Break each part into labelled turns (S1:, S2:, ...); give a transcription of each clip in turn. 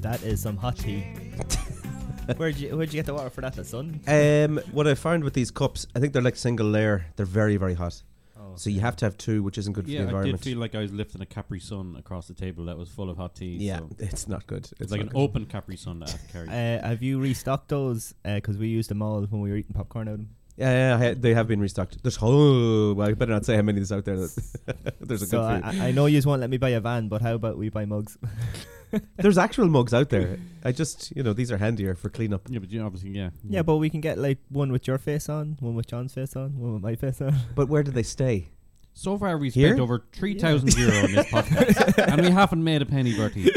S1: That is some hot tea. where'd you Where'd you get the water for that? The sun.
S2: Um, what I found with these cups, I think they're like single layer. They're very, very hot.
S1: Oh,
S2: So you have to have two, which isn't good for the
S3: Yeah, I did
S2: environment.
S3: feel like I was lifting a Capri Sun across the table that was full of hot tea.
S2: yeah,
S3: so
S2: it's not good. It's,
S3: it's like
S2: not
S3: an
S2: good.
S3: open Capri Sun that I have to carry.
S1: Uh, have you restocked those? Because we used them all when we were eating popcorn out of them.
S2: Yeah, yeah, I- they have been restocked. There's oh, well, I better not say how many there's out there. That there's a
S1: so
S2: good
S1: I,
S2: few.
S1: I I know you won't let me buy a van, but how about we buy mugs?
S2: there's actual mugs out there. I just, you know, these are handier for cleanup.
S3: yeah, but you know, obviously, yeah,
S1: yeah, but we can get like one with your face on, one with John's face on, one with my face on.
S2: But where do they stay?
S3: So far, we
S2: Here?
S3: spent over three thousand euro on this podcast, and we haven't made a penny, Bertie.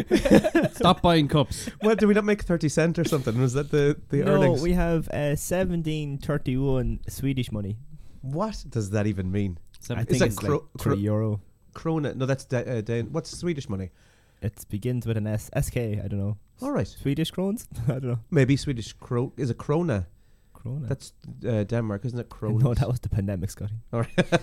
S3: Stop buying cups.
S2: Well, do we not make thirty cent or something? Was that the the
S1: no,
S2: earnings?
S1: we have uh, seventeen thirty one Swedish money.
S2: what does that even mean?
S1: I
S3: Seven-
S1: think
S2: that
S1: it's
S2: cro-
S1: like
S2: cro-
S1: three euro.
S2: Krona? No, that's da- uh, Dan. What's Swedish money?
S1: It begins with an S. SK. I don't know.
S2: All right,
S1: Swedish krones. I don't know.
S2: maybe Swedish kro is a krona.
S1: Krona.
S2: That's uh, Denmark, isn't it? Krona.
S1: no, that was the pandemic, Scotty.
S2: All right.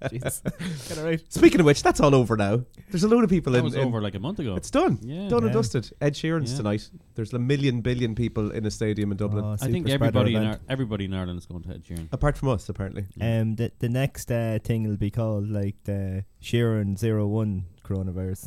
S1: Jesus. Get it right.
S2: Speaking of which, that's all over now. There's a load of people
S3: that
S2: in.
S3: was
S2: in-
S3: over like a month ago.
S2: It's done.
S3: Yeah,
S2: Done and
S1: Yeah.
S2: dusted. Ed Sheeran's
S3: Yeah.
S2: tonight. There's a million billion people in a stadium in Dublin.
S1: Oh,
S3: I think
S1: super spreader
S3: everybody in
S1: event.
S3: Ar- everybody in Ireland is going to Ed Sheeran.
S2: Apart from us, apparently.
S1: Um, the the next uh, thing will be called like the Sheeran zero one coronavirus.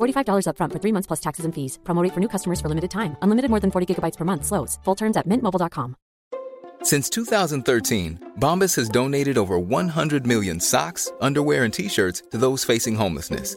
S4: $45 upfront for three months plus taxes and fees. Promo rate for new customers for limited time. Unlimited more than 40 gigabytes per month. Slows. Full terms at mintmobile.com.
S5: Since 2013, Bombas has donated over 100 million socks, underwear, and t shirts to those facing homelessness.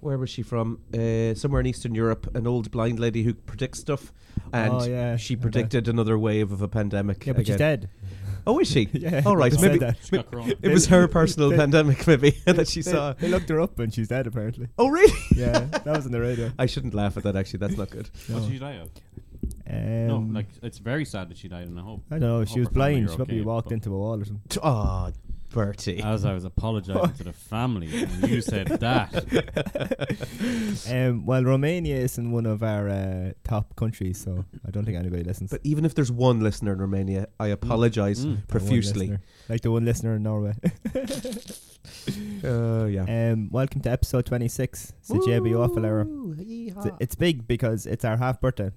S2: where was she from? Uh, somewhere in Eastern Europe, an old blind lady who predicts stuff, and
S1: Oh, yeah.
S2: she
S1: And, uh,
S2: predicted another wave of a pandemic.
S1: Yeah, but she's
S2: again.
S1: dead.
S2: Oh, is she?
S1: Yeah,
S2: All right.
S1: they said
S2: Maybe
S1: that.
S3: She's got corona.
S2: it was her personal
S1: They-
S2: pandemic, maybe that she
S1: They-
S2: saw.
S1: They looked her up and she's dead apparently.
S2: Oh, really?
S1: Yeah, that was in the radio.
S2: I shouldn't laugh at that. Actually, that's not good.
S3: What
S1: No.
S3: did she die of?
S1: Um,
S3: No, like it's very sad that she died, and I hope.
S1: I don't know. She
S3: hope
S1: was
S3: her family
S1: blind.
S3: are
S1: She probably
S3: okay,
S1: walked
S3: but-
S1: into a wall or something.
S2: Oh, Bertie.
S3: As I was apologising to the family, and you said that.
S1: Um, well, Romania isn't one of our uh, top countries, so I don't think anybody listens.
S2: but even if there's one listener in Romania, I apologise
S3: Mm.
S1: That one
S2: profusely.
S1: listener. like the one listener in Norway.
S2: Oh, yeah.
S1: um, welcome to episode twenty six. It's the JB Waffle Hour.
S2: Ooh, yeehaw.
S1: It's- It's big because it's our half birthday.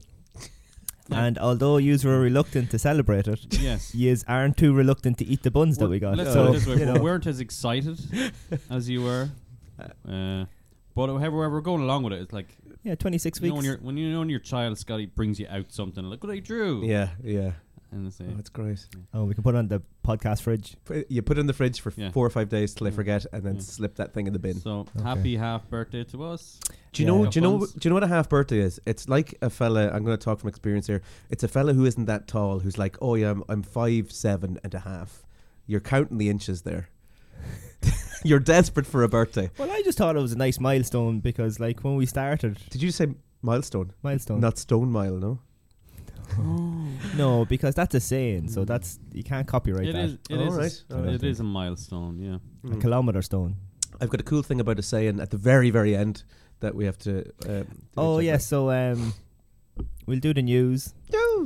S1: And although yous were reluctant to celebrate it,
S3: Yes.
S1: yous aren't too reluctant to eat the buns that we got.
S3: Let's put
S1: so,
S3: it this way:
S1: you
S3: we
S1: know,
S3: weren't as excited as you were, uh, but however, we're going along with it. It's like
S1: yeah, 26
S3: you know when
S1: weeks.
S3: your when you know when your child Scotty brings you out something. Look what I drew.
S2: yeah, yeah.
S3: And it's, uh,
S2: Oh, that's great.
S1: oh, we can put it on the podcast fridge.
S2: Put- You put it in the fridge for
S3: Yeah.
S2: four or five days till they forget, and then
S3: Yeah.
S2: slip that thing in the bin.
S3: so happy half birthday to us.
S2: do you
S1: Yeah.
S2: know?
S3: Yeah.
S2: Do you know?
S3: Buns.
S2: Do you know what a half birthday is? It's like a fella. I'm going to talk from experience here. It's a fella who isn't that tall who's like, oh yeah, I'm, I'm five seven and a half. You're counting the inches there. You're desperate for a birthday.
S1: Well, I just thought it was a nice milestone because, like, when we started,
S2: Did you say milestone?
S1: milestone.
S2: Not stone mile, no.
S1: No, because that's a saying, so that's you can't copyright
S3: Mm. It
S1: that.
S3: is. It
S2: All
S3: is-
S2: right, all
S3: it
S2: right.
S3: is a milestone. Yeah.
S1: A kilometer stone.
S2: I've got a cool thing about a saying at the very very end that we have to. Uh,
S1: Oh
S2: check
S1: yeah,
S2: out.
S1: so um, we'll do the news,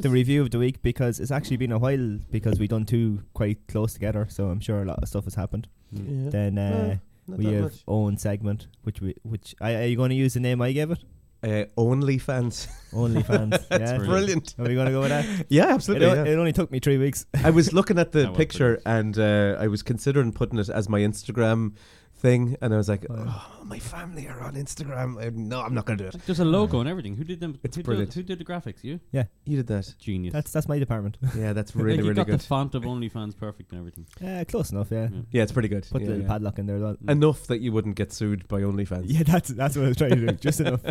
S1: the review of the week because it's actually been a while because we done two quite close together. So I'm sure a lot of stuff has happened.
S2: Yeah.
S1: Then uh,
S2: Not
S1: we
S2: that
S1: have
S2: much.
S1: own segment, which we which I, are you going to use the name I gave it?
S2: Uh, only fans.
S1: OnlyFans. yeah,
S2: Brilliant.
S1: Are we going to go with that?
S2: Yeah,
S1: It,
S2: absolutely.
S1: o-
S2: yeah.
S1: it only took me three weeks.
S2: I was looking at the
S3: That was
S2: picture and uh, I was considering putting it as my Instagram thing, and I was like, "Oh, my family are on Instagram." I- no, I'm not gonna do it.
S3: Like, there's a logo and everything. Who did them?
S2: It's
S3: who
S2: brilliant.
S3: Did, who did the graphics? You
S2: You did that.
S3: genius.
S1: That's that's my department.
S2: Yeah, that's
S3: Like,
S2: really
S3: you
S2: really
S3: got
S2: good.
S3: the font of OnlyFans perfect and everything.
S1: Uh, close enough, yeah.
S3: Yeah.
S2: yeah, it's pretty good.
S1: Put
S2: Mm. Yeah,
S1: the
S2: yeah.
S1: padlock in there. as well.
S2: Enough that you wouldn't get sued by OnlyFans.
S1: Yeah, that's that's what I was trying to do. Just enough.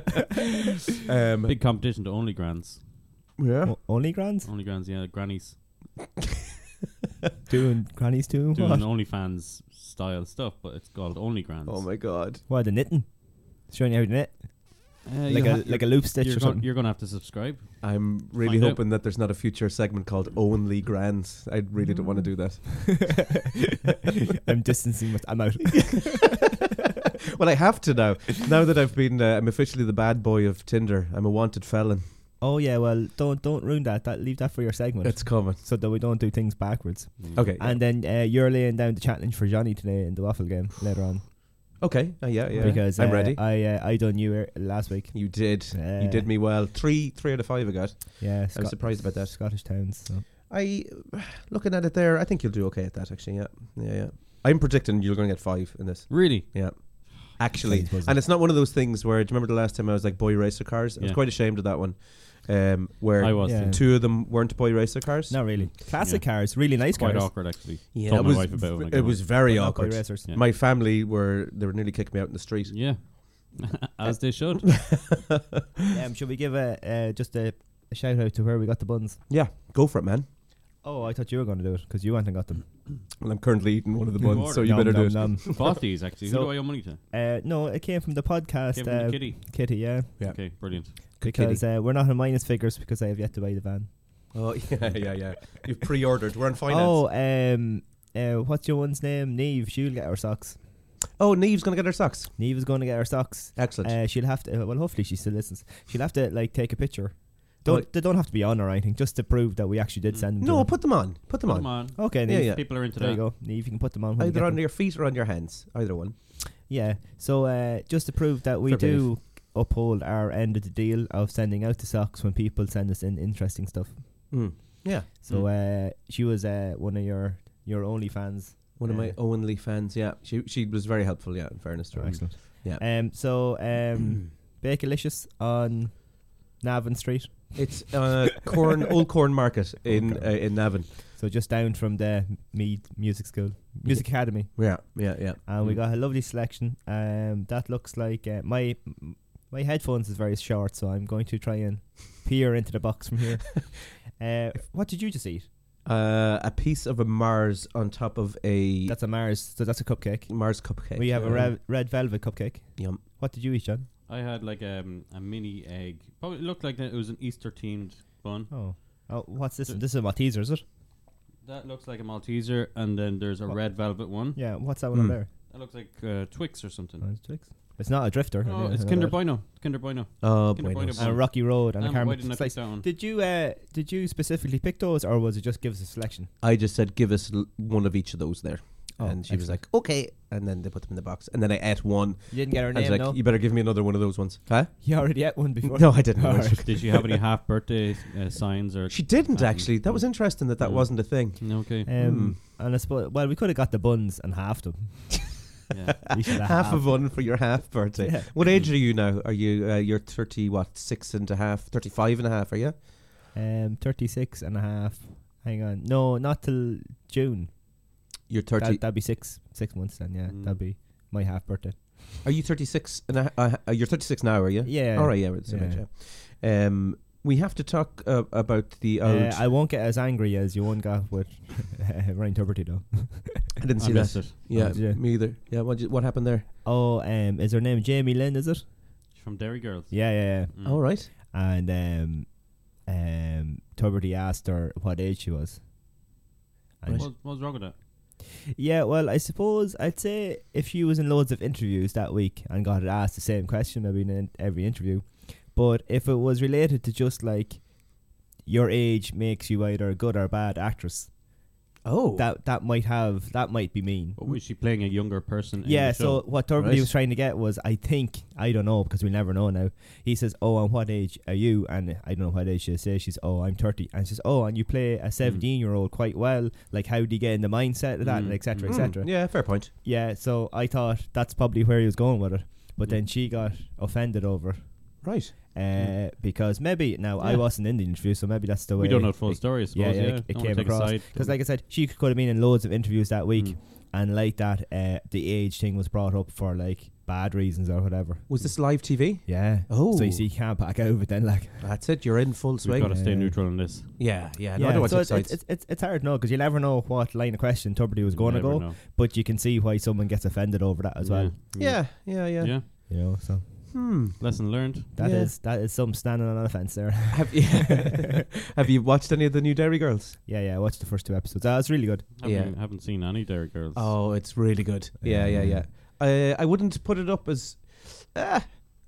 S2: Um,
S3: Big competition to OnlyGrands.
S2: yeah.
S1: O- only grands?
S3: OnlyGrands, yeah, grannies
S1: Doing grannies too?
S3: doing
S1: What?
S3: OnlyFans style stuff, but it's called OnlyGrands.
S2: Oh my god.
S1: Why the knitting? Showing you how to knit.
S3: Uh,
S1: Like
S3: you
S1: a
S3: ha-
S1: like a loop stitch
S3: you're
S1: or
S3: going
S1: something.
S3: you're gonna have to subscribe.
S2: I'm really
S3: Find out.
S2: hoping that there's not a future segment called Only Grands. I really don't want to do that.
S1: I'm distancing myself. I'm out.
S2: Well, I have to now. Now that I've been, uh, I'm officially the bad boy of Tinder. I'm a wanted felon.
S1: oh yeah, well don't don't ruin that. That leave that for your segment.
S2: It's coming.
S1: so that we don't do things backwards.
S2: Mm. Okay.
S1: And then uh, you're laying down the challenge for Johnny today in the waffle game later on.
S2: okay. Uh, yeah. Yeah.
S1: Because
S2: I'm
S1: uh,
S2: ready.
S1: I uh, I done you er- last week.
S2: you did.
S1: Yeah.
S2: You did me well. Three, three out of five. I got.
S1: Yeah,
S2: I was surprised about that.
S1: Scottish towns. So.
S2: I, looking at it there, I think you'll do okay at that. Actually, yeah, yeah, yeah. I'm predicting you're going to get five in this.
S3: Really?
S2: Yeah. Actually,
S1: Sounds buzzing.
S2: and it's not one of those things where. Do you remember the last time I was like boy racer cars? I was
S3: Yeah.
S2: quite ashamed of that one, um, where
S3: I was
S1: Yeah.
S3: too.
S2: two of them weren't boy racer cars.
S1: Not really. Classic cars, really nice
S3: quite
S1: cars.
S3: awkward actually.
S2: yeah,
S3: Told
S2: it
S3: my
S2: was
S3: wife
S2: v-
S3: about it when I got
S2: it
S3: home.
S2: was very
S1: But not by
S2: awkward.
S1: racers.
S3: Yeah.
S2: My family were they were nearly kicking me out in the street.
S3: Yeah. As they should.
S1: Um, should we give a uh, just a, a shout out to where we got the buns?
S2: Yeah, go for it, man.
S1: Oh, I thought you were going to do it because you went and got them.
S2: Well, I'm currently eating one of the buns, so you
S1: Nom,
S2: better do
S1: nom,
S2: it.
S1: nom.
S3: Bought these actually. Who
S1: So-
S3: do I owe money to?
S1: Uh, no, it came from the podcast.
S3: Give
S1: uh,
S3: them to Kitty.
S1: Kitty, yeah,
S2: Yeah.
S3: Okay, brilliant.
S2: Good
S1: because
S2: kitty.
S1: uh, we're not in minus figures because I have yet to buy the van.
S2: oh yeah, yeah, yeah. You've pre-ordered. We're on finance.
S1: Oh,
S2: Oh,
S1: um, uh, what's your one's name? Neve. She'll get our socks.
S2: Oh, Neve's gonna get her socks.
S1: Neve is going to get our socks.
S2: Excellent.
S1: Uh, she'll have to. Uh, well, hopefully she still listens. She'll have to like take a picture. Don't
S2: Oh.
S1: they don't have to be on or anything, just to prove that we actually did send them.
S2: no,
S1: to
S2: put them on. Put them on.
S3: Come on.
S1: her. okay, Neve.
S2: Yeah, yeah.
S3: People are into
S1: Oh, There
S3: that.
S1: you go, Neve. You can put them on. When you
S2: Either
S1: get
S2: on
S1: them.
S2: your feet or on your hands. Either one.
S1: Yeah. So uh, just to prove that we
S2: Fair play,
S1: do uphold our end of the deal of sending out the socks when people send us in interesting stuff.
S2: Mm. Yeah.
S1: So
S2: Mm.
S1: uh, she was uh, one of your your only fans.
S2: One of my
S1: Yeah.
S2: only fans. Yeah, she she was very helpful. Yeah, in fairness to her.
S1: Excellent.
S2: Yeah.
S1: Um. So um, Bakelicious on Navan Street.
S2: It's uh, corn, old corn market in
S1: Old
S2: uh, in Navan.
S1: So just down from the Mead Music School, Music Academy,
S2: Yeah, yeah, yeah.
S1: and we
S2: Mm.
S1: got a lovely selection. Um, that looks like uh, my my headphones is very short, so I'm going to try and peer into the box from here. uh, what did you just eat?
S2: Uh, a piece of a Mars on top of a
S1: That's a Mars. So that's a cupcake.
S2: Mars cupcake.
S1: We have a
S2: Um,
S1: red, red velvet cupcake.
S2: Yum.
S1: What did you eat, John?
S3: I had like um, a mini egg. Probably it looked like that it was an Easter themed bun.
S1: Oh, oh what's this? This is a Malteser, is it?
S3: That looks like a Malteser, and then there's a
S1: What?
S3: red velvet one.
S1: Yeah. What's that one
S2: Hmm.
S1: over there?
S3: That looks like uh, Twix or something.
S1: Oh, it's Twix. It's not a drifter. I
S3: Oh,
S1: know-
S3: it's
S1: I know
S3: Kinder
S1: that.
S3: Bueno. Kinder Bueno.
S2: Oh,
S3: Kinder
S2: buenos.
S3: Bueno.
S1: And Rocky Road and a
S3: Damn,
S1: caramel
S3: why didn't I pick
S1: slice.
S3: that one?
S1: Did you uh, did you specifically pick those, or was it just give us a selection?
S2: I just said, give us l- one of each of those there.
S1: Oh,
S2: and she was
S1: excellent.
S2: like, okay. And then they put them in the box. And then I ate one.
S1: You didn't get her
S2: I was
S1: name,
S2: like,
S1: no?
S2: you better give me another one of those ones. Huh?
S1: You already ate one before.
S2: No, I didn't.
S1: All right.
S3: Did she have any half birthday uh, signs or?
S2: She didn't,
S3: Um,
S2: actually. That was interesting that that
S3: Mm.
S2: wasn't a thing. Hmm.
S3: Okay.
S1: Um, and I suppose well, we could have got the buns and halved them.
S3: yeah.
S1: We should have
S2: Half of
S1: halved
S2: one for your half birthday.
S1: Yeah.
S2: What age are you now? Are you, uh, you're 30, what, six and a half, 35 and a half, are you?
S1: Um, 36 and a half. Hang on. No, not till June.
S2: You're 30.
S1: That, that'd be six six months then, yeah.
S3: Mm.
S1: That'd be my half birthday.
S2: Are you 36 and a, uh, uh, you're 36 now, are you?
S1: Yeah.
S2: All Oh, right, yeah, we're the same
S1: Yeah.
S2: age, yeah. Um, we have to talk uh, about the old.
S1: Uh, I won't get as angry as you one got with Ryan Tuberty, though.
S2: I didn't
S3: I
S2: see
S3: missed
S2: that.
S3: it.
S2: Yeah,
S1: Yeah.
S2: me either. Yeah, what, what happened there?
S1: Oh, um, is her name Jamie Lynn, is it?
S3: She's From Dairy Girls.
S1: Yeah, yeah, yeah.
S3: Mm.
S2: All right.
S1: And um, um, Tuberty asked her what age she was. And
S3: What, what was wrong with that?
S1: Yeah, well, I suppose I'd say if she was in loads of interviews that week and got asked the same question, maybe in in every interview, but if it was related to just like your age makes you either a good or bad actress,
S2: Oh,
S1: that that might have that might be mean.
S3: But was she playing a younger person? in
S1: Yeah,
S3: the show?
S1: so what Dormady
S2: Right.
S1: was trying to get was, I think, I don't know, because we never know now. He says, Oh, and what age are you? And I don't know what age she says. She's, Oh, I'm 30. And she says, Oh, and you play
S3: Hmm.
S1: a 17 year old quite well. Like, how do you get in the mindset of that? And et cetera, et
S2: Hmm,
S1: cetera.
S2: Yeah, fair point.
S1: Yeah, so I thought that's probably where he was going with it. But
S3: Hmm.
S1: then she got offended over it,
S2: Right.
S1: uh, because maybe, now I
S3: Hmm. Yeah.
S1: wasn't in the interview, so maybe that's the way.
S3: we don't know the full story. I
S1: yeah,
S3: suppose.
S1: yeah,
S3: Yeah,
S1: it, it
S3: Don't wanna
S1: came
S3: take a
S1: across.
S3: side. Hmm.
S1: Because, like I said, she could have been in loads of interviews that week, and like that, uh, the age thing was brought up for like bad reasons or whatever.
S2: Was this live TV?
S1: Yeah.
S2: Oh.
S1: So you see, you can't back out of it then, like.
S2: That's it. You're in full
S3: we've
S2: swing.
S3: got to stay
S1: Yeah.
S3: neutral on this.
S2: yeah, yeah. No, I don't watch
S1: so it's,
S2: websites.
S1: it's, it's, it's hard to know because you never know what line of question Tuberty was going to
S3: Never
S1: go,
S3: know.
S1: but you can see why someone gets offended over that as well.
S2: yeah, yeah, yeah.
S3: yeah, yeah.
S1: You know, so
S2: Hmm.
S3: Lesson learned.
S1: that is
S2: Yeah.
S1: that is some standing on a fence there.
S2: Have you Have you watched any of the new Dairy Girls?
S1: yeah, yeah. I watched the first two episodes. That was really good.
S3: Haven't,
S2: Yeah.
S3: haven't seen any Dairy Girls.
S2: Oh, it's really good. Yeah, yeah, yeah. Uh, I wouldn't put it up as. Uh,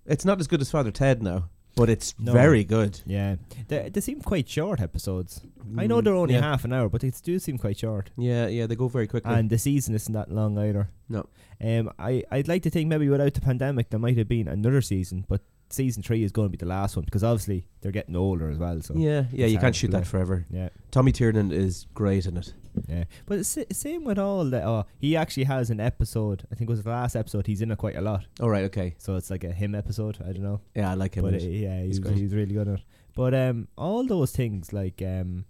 S2: it's not as good as Father Ted now, but it's
S1: No.
S2: very good.
S1: Yeah, they, they seem quite short episodes. I know they're only
S2: yeah.
S1: half an hour, but they do seem quite short.
S2: Yeah, yeah. They go very quickly.
S1: and the season isn't that long either.
S2: No.
S1: Um, I I'd like to think maybe without the pandemic there might have been another season, but season three is going to be the last one because obviously they're getting older as well. So
S2: yeah, yeah.
S1: it's
S2: You
S1: hard
S2: can't
S1: to
S2: shoot
S1: play.
S2: that forever.
S1: yeah,
S2: Tommy Tiernan is great in it.
S1: yeah. But it's, sa- same with all the. Oh, he actually has an episode. I think it was the last episode. He's in it quite a lot,
S2: All right, okay.
S1: so it's like a him episode. I don't know,
S2: Yeah, I like him.
S1: but
S2: in
S1: uh,
S2: it.
S1: yeah, he's
S2: He's
S1: he's,
S2: great.
S1: really good at it. But um, all those things like um,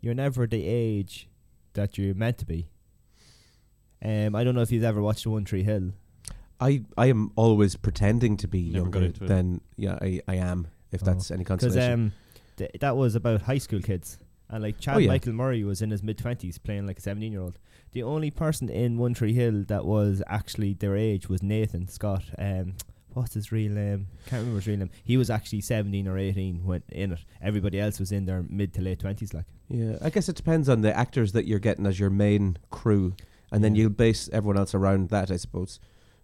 S1: you're never the age that you're meant to be. Um, I don't know if you've ever watched One Tree Hill.
S2: I I am always pretending to be
S3: Never got
S2: younger
S3: into it.
S2: than yeah I, I am. If
S1: Oh.
S2: that's any
S1: because
S2: consolation.
S1: um, th- that was about high school kids, and like Chad
S2: Oh, yeah.
S1: Michael Murray was in his mid twenties playing like a seventeen year old. The only person in One Tree Hill that was actually their age was Nathan Scott. Um, what's his real name? Can't remember his real name. He was actually seventeen or eighteen when in it. Everybody else was in their mid to late twenties. Like
S2: Yeah, I guess it depends on the actors that you're getting as your main crew, and then
S1: Yeah.
S2: you'll base everyone else around that, I suppose.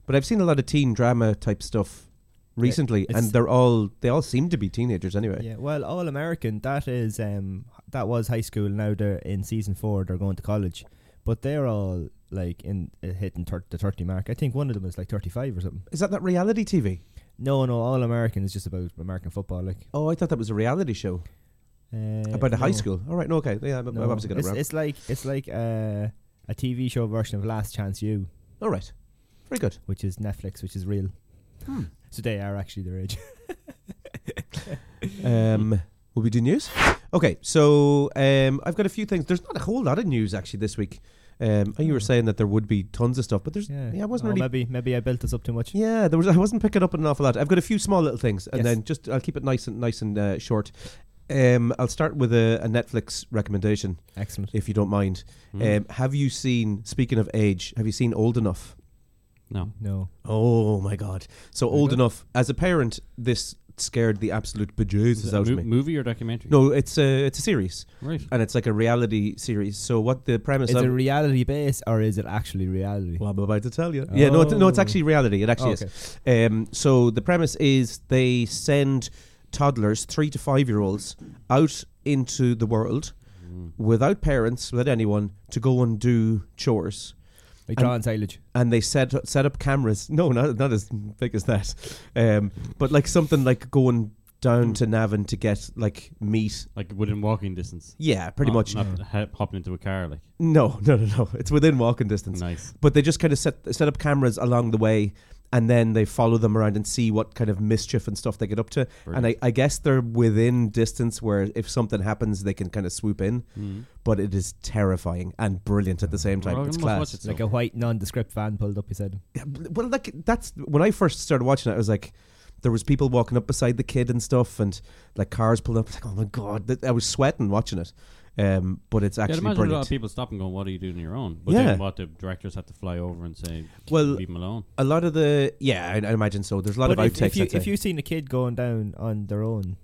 S2: But I've seen a lot of teen drama type stuff recently,
S1: it's-
S2: and they're all they all seem to be teenagers anyway.
S1: yeah, well, All American. That is um, that was high school. Now they're in season four. They're going to college, but they're all like in uh, hitting thir- the thirty mark. I think one of them is like thirty five or something.
S2: Is that that reality TV?
S1: No, no, All American is just about American football, like
S2: Oh, I thought that was a reality show
S1: uh,
S2: about a high
S1: no,
S2: school. All right, no, okay, yeah, I'm, I'm
S1: no.
S2: obviously got it
S1: it's,
S2: wrong.
S1: it's like it's like uh, a TV show version of Last Chance You,
S2: all right, very good.
S1: which is Netflix, which is real.
S2: Hmm.
S1: So they are actually their age.
S2: Um, will we do news? Okay, so um, I've got a few things. There's not a whole lot of news actually this week. Um, and you were
S3: Hmm.
S2: saying that there would be tons of stuff, but there's yeah, I wasn't
S1: Oh,
S2: really
S1: Maybe maybe I built this up too much.
S2: Yeah, there was. I wasn't picking up an awful lot. I've got a few small little things, and
S1: Yes.
S2: then just I'll keep it nice and nice and uh, short. Um, I'll start with a, a Netflix recommendation,
S1: Excellent.
S2: if you don't mind.
S3: Hmm.
S2: Um, have you seen? Speaking of age, have you seen Old Enough?
S3: No.
S1: No.
S2: Oh my God! So Old Enough. As a parent, this scared the absolute
S3: Is
S2: bejesus
S3: it a
S2: out of
S3: mo-
S2: me.
S3: movie or documentary?
S2: No, it's a it's a series,
S3: Right.
S2: and it's like a reality series. So what the premise?
S1: Is
S2: of
S1: it reality based or is it actually reality?
S2: Well, I'm about to tell you. Yeah, no, it's, no, it's
S1: Oh.
S2: actually reality. It actually is. Um, so the premise is they send toddlers, three to five year olds, out into the world Mm. without parents, without anyone, to go and do chores.
S1: Like drawing silage.
S2: And they set set up cameras. No, not not as big as that, um, but like something like going down to Navan to get like meat.
S3: Like within walking distance.
S2: Yeah, pretty
S3: Not-
S2: much.
S3: Not ha- hopping into a car. Like
S2: No, no, no, no. It's within walking distance.
S3: nice.
S2: but they just kind of set set up cameras along the way and then they follow them around and see what kind of mischief and stuff they get up to and I, I guess they're within distance where if something happens they can kind of swoop in
S3: Hmm.
S2: but it is terrifying and brilliant at the same time
S3: Well, I
S2: it's
S3: must watch
S2: class
S3: it
S1: Like
S3: so-
S1: a white nondescript van pulled up, he said.
S2: well like that's when i first started watching it i was like there was people walking up beside the kid and stuff and like cars pulled up like oh my god Th- i was sweating watching it um, but it's
S3: Yeah, I'd
S2: actually
S3: imagine a lot
S2: brilliant
S3: of people stop and go, "What are you doing on your own?" But
S2: Yeah.
S3: then what the directors have to fly over and say,
S2: Well,
S3: "Leave him alone."
S2: a lot of the yeah I, I imagine so there's a lot
S1: But
S2: of
S1: if,
S2: outtakes
S1: if you
S2: I'd say.
S1: if you've seen a kid going down on their own,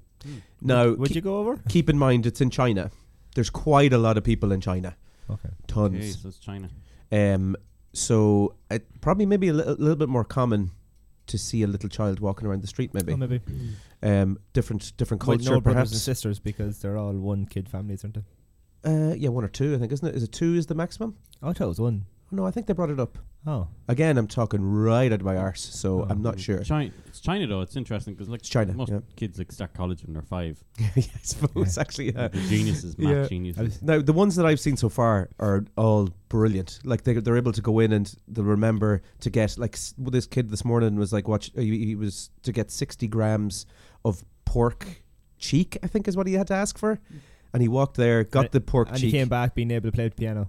S2: now
S1: would
S2: keep-
S1: you go over?
S2: keep in mind it's in China. There's quite a lot of people in China,
S1: Okay.
S3: Okay,
S2: tons.
S3: so it's China.
S2: Um, so it probably maybe a little, little bit more common to see a little child walking around the street, maybe.
S1: Oh, maybe.
S2: Um, different different
S1: With
S2: culture,
S1: no brothers and
S2: perhaps.
S1: sisters because they're all one kid families, aren't they?
S2: Uh, yeah, one or two, I think, isn't it? Is it two is the maximum?
S1: Oh, I thought it was one.
S2: No, I think they brought it up.
S1: Oh,
S2: Again, I'm talking right out of my arse, so I'm not sure.
S3: China, Mm. it's China though. It's interesting because like
S2: It's China,
S3: most
S2: yeah.
S3: kids like start college when they're five.
S2: yeah, I suppose actually.
S1: uh,
S2: Yeah.
S3: The geniuses, math
S2: Uh, Yeah.
S3: geniuses.
S2: Now the ones that I've seen so far are all brilliant. Like they they're able to go in and they remember to get like s- well, this kid this morning was like watch uh, he, he was to get sixty grams of pork cheek I think is what he had to ask for, and he walked there got
S1: And-
S2: the pork
S1: and
S2: cheek.
S1: he came back being able to play the piano.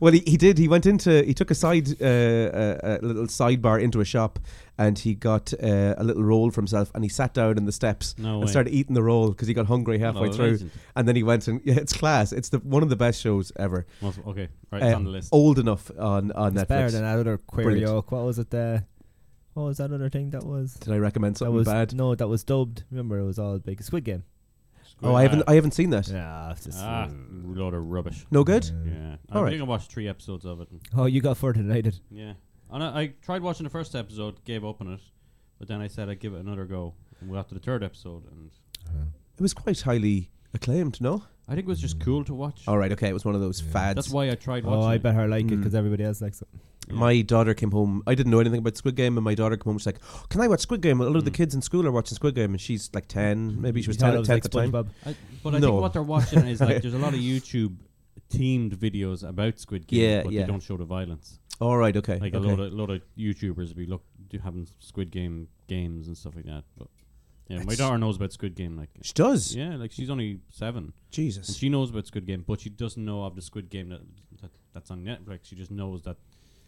S2: well, he, he did. He went into he took a side uh, a, a little sidebar into a shop, and he got uh, a little roll for himself, and he sat down in the steps
S3: No
S2: and
S3: way.
S2: started eating the roll because he got hungry halfway
S3: Oh,
S2: through,
S3: legend.
S2: and then he went and yeah, it's class. It's the one of the best shows ever.
S3: Most- okay, right, it's
S2: Um,
S3: on the list.
S2: Old enough on on
S1: It's
S2: Netflix.
S1: better than that other queer
S2: Brilliant.
S1: yoke. What was it? Uh, what was that other thing that was?
S2: Did I recommend
S1: That
S2: something
S1: was
S2: bad?
S1: no, that was dubbed. Remember, it was all big Squid Game.
S2: oh, I haven't I haven't seen that.
S1: Yeah, it's just,
S3: Ah, load of rubbish.
S2: No good.
S3: Yeah,
S2: All
S3: I
S2: right.
S3: think I watched three episodes of it. and-
S1: oh, you got Fort United.
S3: yeah, and I, I tried watching the first episode, gave up on it, but then I said I'd give it another go. And we got to the third episode, and
S2: It was quite highly acclaimed. No.
S3: I think it was just cool to watch.
S2: Mm. All right. Okay. It was one of those fads.
S3: That's why I tried watching.
S1: Oh, I
S3: it.
S1: bet her like it
S2: Hmm.
S1: 'cause it because everybody else likes it.
S2: My daughter came home. I didn't know anything about Squid Game, and my daughter came home. She's like, "Oh, "Can I watch Squid Game?" All of
S3: Mm.
S2: the kids in school are watching Squid Game, and she's like ten, maybe she was
S1: Mm. You thought
S2: ten
S1: it
S2: at
S1: was
S2: the
S1: like
S2: time.
S1: SpongeBob.
S3: I, but I
S2: No.
S3: think what they're watching is like there's a lot of YouTube themed videos about Squid Game,
S2: Yeah,
S3: but
S2: yeah.
S3: they don't show the violence.
S2: All right, okay.
S3: Like
S2: okay.
S3: a lot of lot of YouTubers be look do having Squid Game games and stuff like that. But yeah, my
S2: It's-
S3: daughter knows about Squid Game. Like
S2: she does.
S3: yeah, like she's only seven and
S2: Jesus,
S3: she knows about Squid Game, but she doesn't know of the Squid Game that, that that's on Netflix. She just knows that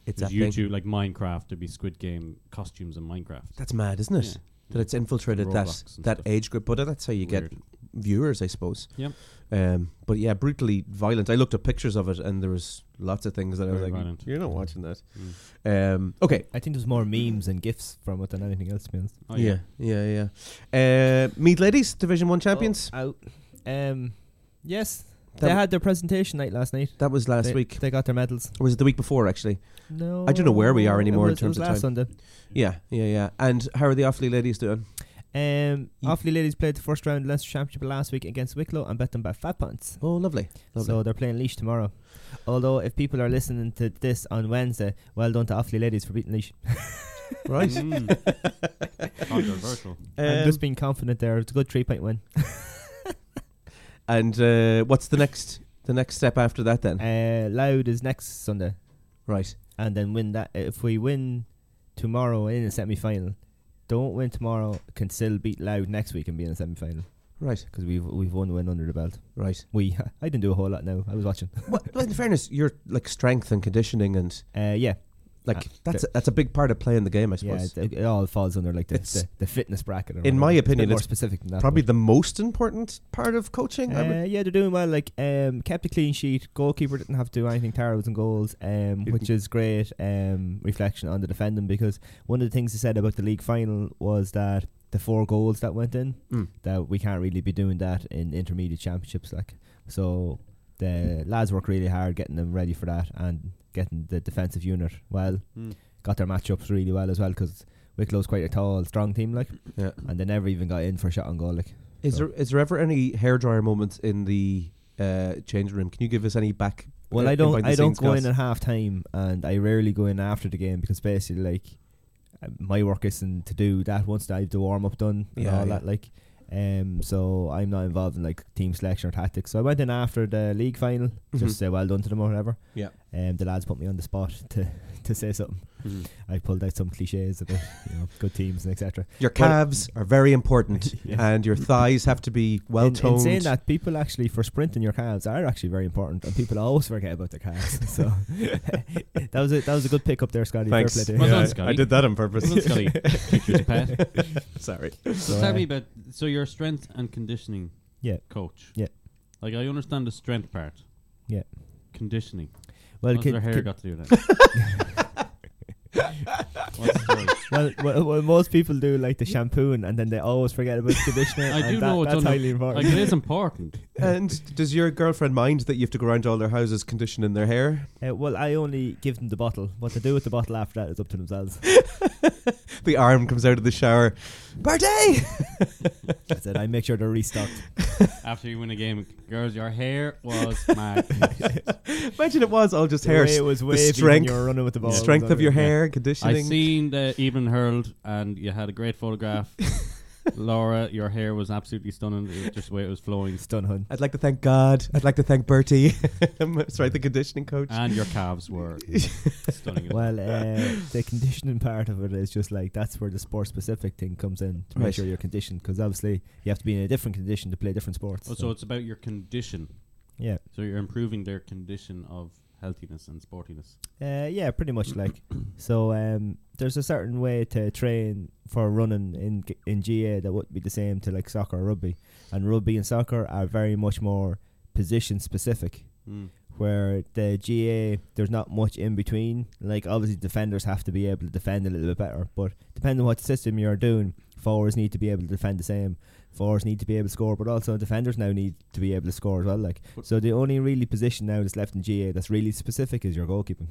S2: it's that
S3: there's
S2: thing.
S3: YouTube like Minecraft. There'd be Squid Game costumes in Minecraft.
S2: That's mad, isn't it?
S3: Yeah.
S2: That it's infiltrated
S3: Roblox
S2: that
S3: and
S2: that
S3: stuff.
S2: age group, but that's how you get
S3: Weird.
S2: viewers, I suppose.
S3: Yep.
S2: Um, but yeah, brutally violent. I looked at pictures of it, and there was lots of things that I was
S3: Very
S2: like,
S3: violent.
S2: "You're not watching that." Um, okay.
S1: I think there's more memes and gifs from it than anything else. To be honest.
S3: Oh,
S2: yeah, yeah, yeah. Uh, Mead ladies, Division One champions.
S1: Oh, out. Um, yes,
S2: That
S1: they
S2: w-
S1: had their presentation night last night.
S2: That was last
S1: they,
S2: week,
S1: they got their medals.
S2: or was it the week before? Actually,
S1: No,
S2: I don't know where we are
S1: it
S2: anymore in
S1: was- it
S2: terms
S1: was
S2: of
S1: last Sunday.
S2: Yeah, yeah, yeah. And how are the Offaly ladies doing?
S1: Um,
S2: Ye-
S1: Offaly ladies played the first round Leinster Championship last week against Wicklow and bet them by five points.
S2: Oh, lovely, lovely.
S1: So they're playing Leash tomorrow. Although if people are listening to this on Wednesday, well done to Offaly ladies for beating Leash.
S2: right.
S3: Mm. Controversial.
S1: I'm
S2: Um,
S1: just being confident there. It's a good three point win.
S2: and uh, what's the next the next step after that then?
S1: Uh, Loud is next Sunday,
S2: right.
S1: and then win that. If we win tomorrow in the semi final, don't win tomorrow, can still beat Loud next week and be in the semi final
S2: Right,
S1: because we've we've one win under the belt.
S2: right.
S1: We I didn't do a whole lot now. I was watching.
S2: Well, well, in fairness, your like strength and conditioning and
S1: Uh, yeah,
S2: like
S1: Ah,
S2: that's a, that's a big part of playing the game, I
S1: yeah.
S2: suppose.
S1: It, it all falls under like the,
S2: It's-
S1: the, the fitness bracket. Or
S2: in my
S1: whatever. It's a bit
S2: opinion,
S1: more
S2: it's
S1: specific than that.
S2: Probably
S1: but-
S2: the most important part of coaching. I would,
S1: Uh, yeah, they're doing well. Like, um, kept a clean sheet. Goalkeeper didn't have to do anything. Tara was in goals, um,
S2: You
S1: which is great um, reflection on the defending because one of the things they said about the league final was that the four goals that went in
S2: Mm.
S1: that we can't really be doing that in intermediate championships. Like, so the lads work really hard getting them ready for that and getting the defensive unit well.
S2: Hmm.
S3: Mm.
S1: Got their matchups really well as well because Wicklow's quite a tall, strong team. Like,
S2: yeah.
S1: and they never even got in for a shot on goal. Like.
S2: Is
S1: So-
S2: there is there ever any hairdryer moments in the uh, change room? Can you give us any back?
S1: Well,
S2: uh,
S1: I don't.
S2: behind the
S1: I don't
S2: scenes
S1: go in
S2: goss?
S1: at half time, and I rarely go in after the game because basically, like, uh, my work isn't to do that once I have the warm up done and
S2: Yeah,
S1: all
S2: yeah.
S1: that. Like, um, so I'm not involved in like team selection or tactics. So I went in after the league final just to say well done to them or whatever.
S2: Mm-hmm. Yeah.
S1: Um, the lads put me on the spot to to say something.
S2: Mm.
S3: Mhm.
S1: I pulled out some cliches about you know good teams and etc.
S2: Your
S1: Well-
S2: calves are very important, and your thighs have to be well
S1: in, in
S2: toned.
S1: saying that, people actually for sprinting your calves are actually very important, and people always forget about their calves. so that was a, that was a good pick up there, Scotty. Fair play to you.
S3: Well done, Scotty.
S2: that on purpose.
S3: Well done, Scotty. Teacher's pet.
S2: Sorry.
S3: So
S1: So,
S3: tell
S1: uh,
S3: me about so your strength and conditioning
S1: Yeah.
S3: coach.
S1: Yeah.
S3: Like I understand the strength part.
S1: Yeah.
S3: Conditioning.
S1: Well,
S3: How's
S1: kid-
S3: their hair
S1: kid-
S3: got to do that? What's the story?
S1: well, well, well, most people do like the shampoo and then they always forget about the conditioner.
S3: I
S1: and
S3: do
S1: that-
S3: know it's
S1: that's
S3: under-
S1: highly important.
S3: Like it is important.
S2: And does your girlfriend mind that you have to go around to all their houses conditioning their hair?
S1: Uh, well, I only give them the bottle. What they do with the bottle after that is up to themselves.
S2: The arm comes out of the shower. Party!
S1: That's it. I make sure they're restocked.
S3: After you win a game, girls, your hair was mad.
S2: Imagine it was all just
S1: The
S2: hair.
S1: way it was
S2: the
S1: wavy when
S2: strength,
S1: you were running with the ball.
S2: strength
S1: was
S2: of your
S1: unreal.
S2: hair,
S3: I
S2: conditioning.
S3: seen the evening hurled, and you had a great photograph. Laura, your hair was absolutely stunning. It was just the way it was flowing,
S1: Stun hun.
S2: I'd like to thank God. I'd like to thank Bertie. I'm sorry, the conditioning coach.
S3: and your calves were stunning.
S1: Well, uh, the conditioning part of it is just like that's where the sport specific thing comes in to
S2: Right.
S1: make sure you're conditioned because obviously you have to be in a different condition to play different sports.
S3: Oh, so it's about your condition.
S1: yeah,
S3: So you're improving their condition of healthiness and sportiness.
S1: uh, yeah, pretty much like so. Um, there's a certain way to train for running in g- in GA that would be the same to like soccer or rugby, and rugby and soccer are very much more position specific.
S3: Mm.
S1: where the GA there's not much in between. Like obviously defenders have to be able to defend a little bit better, but depending on what system you're doing, forwards need to be able to defend the same. Forwards need to be able to score, but also defenders now need to be able to score as well. Like
S3: But-
S1: so, the only really position now that's left in GA that's really specific is your goalkeeping.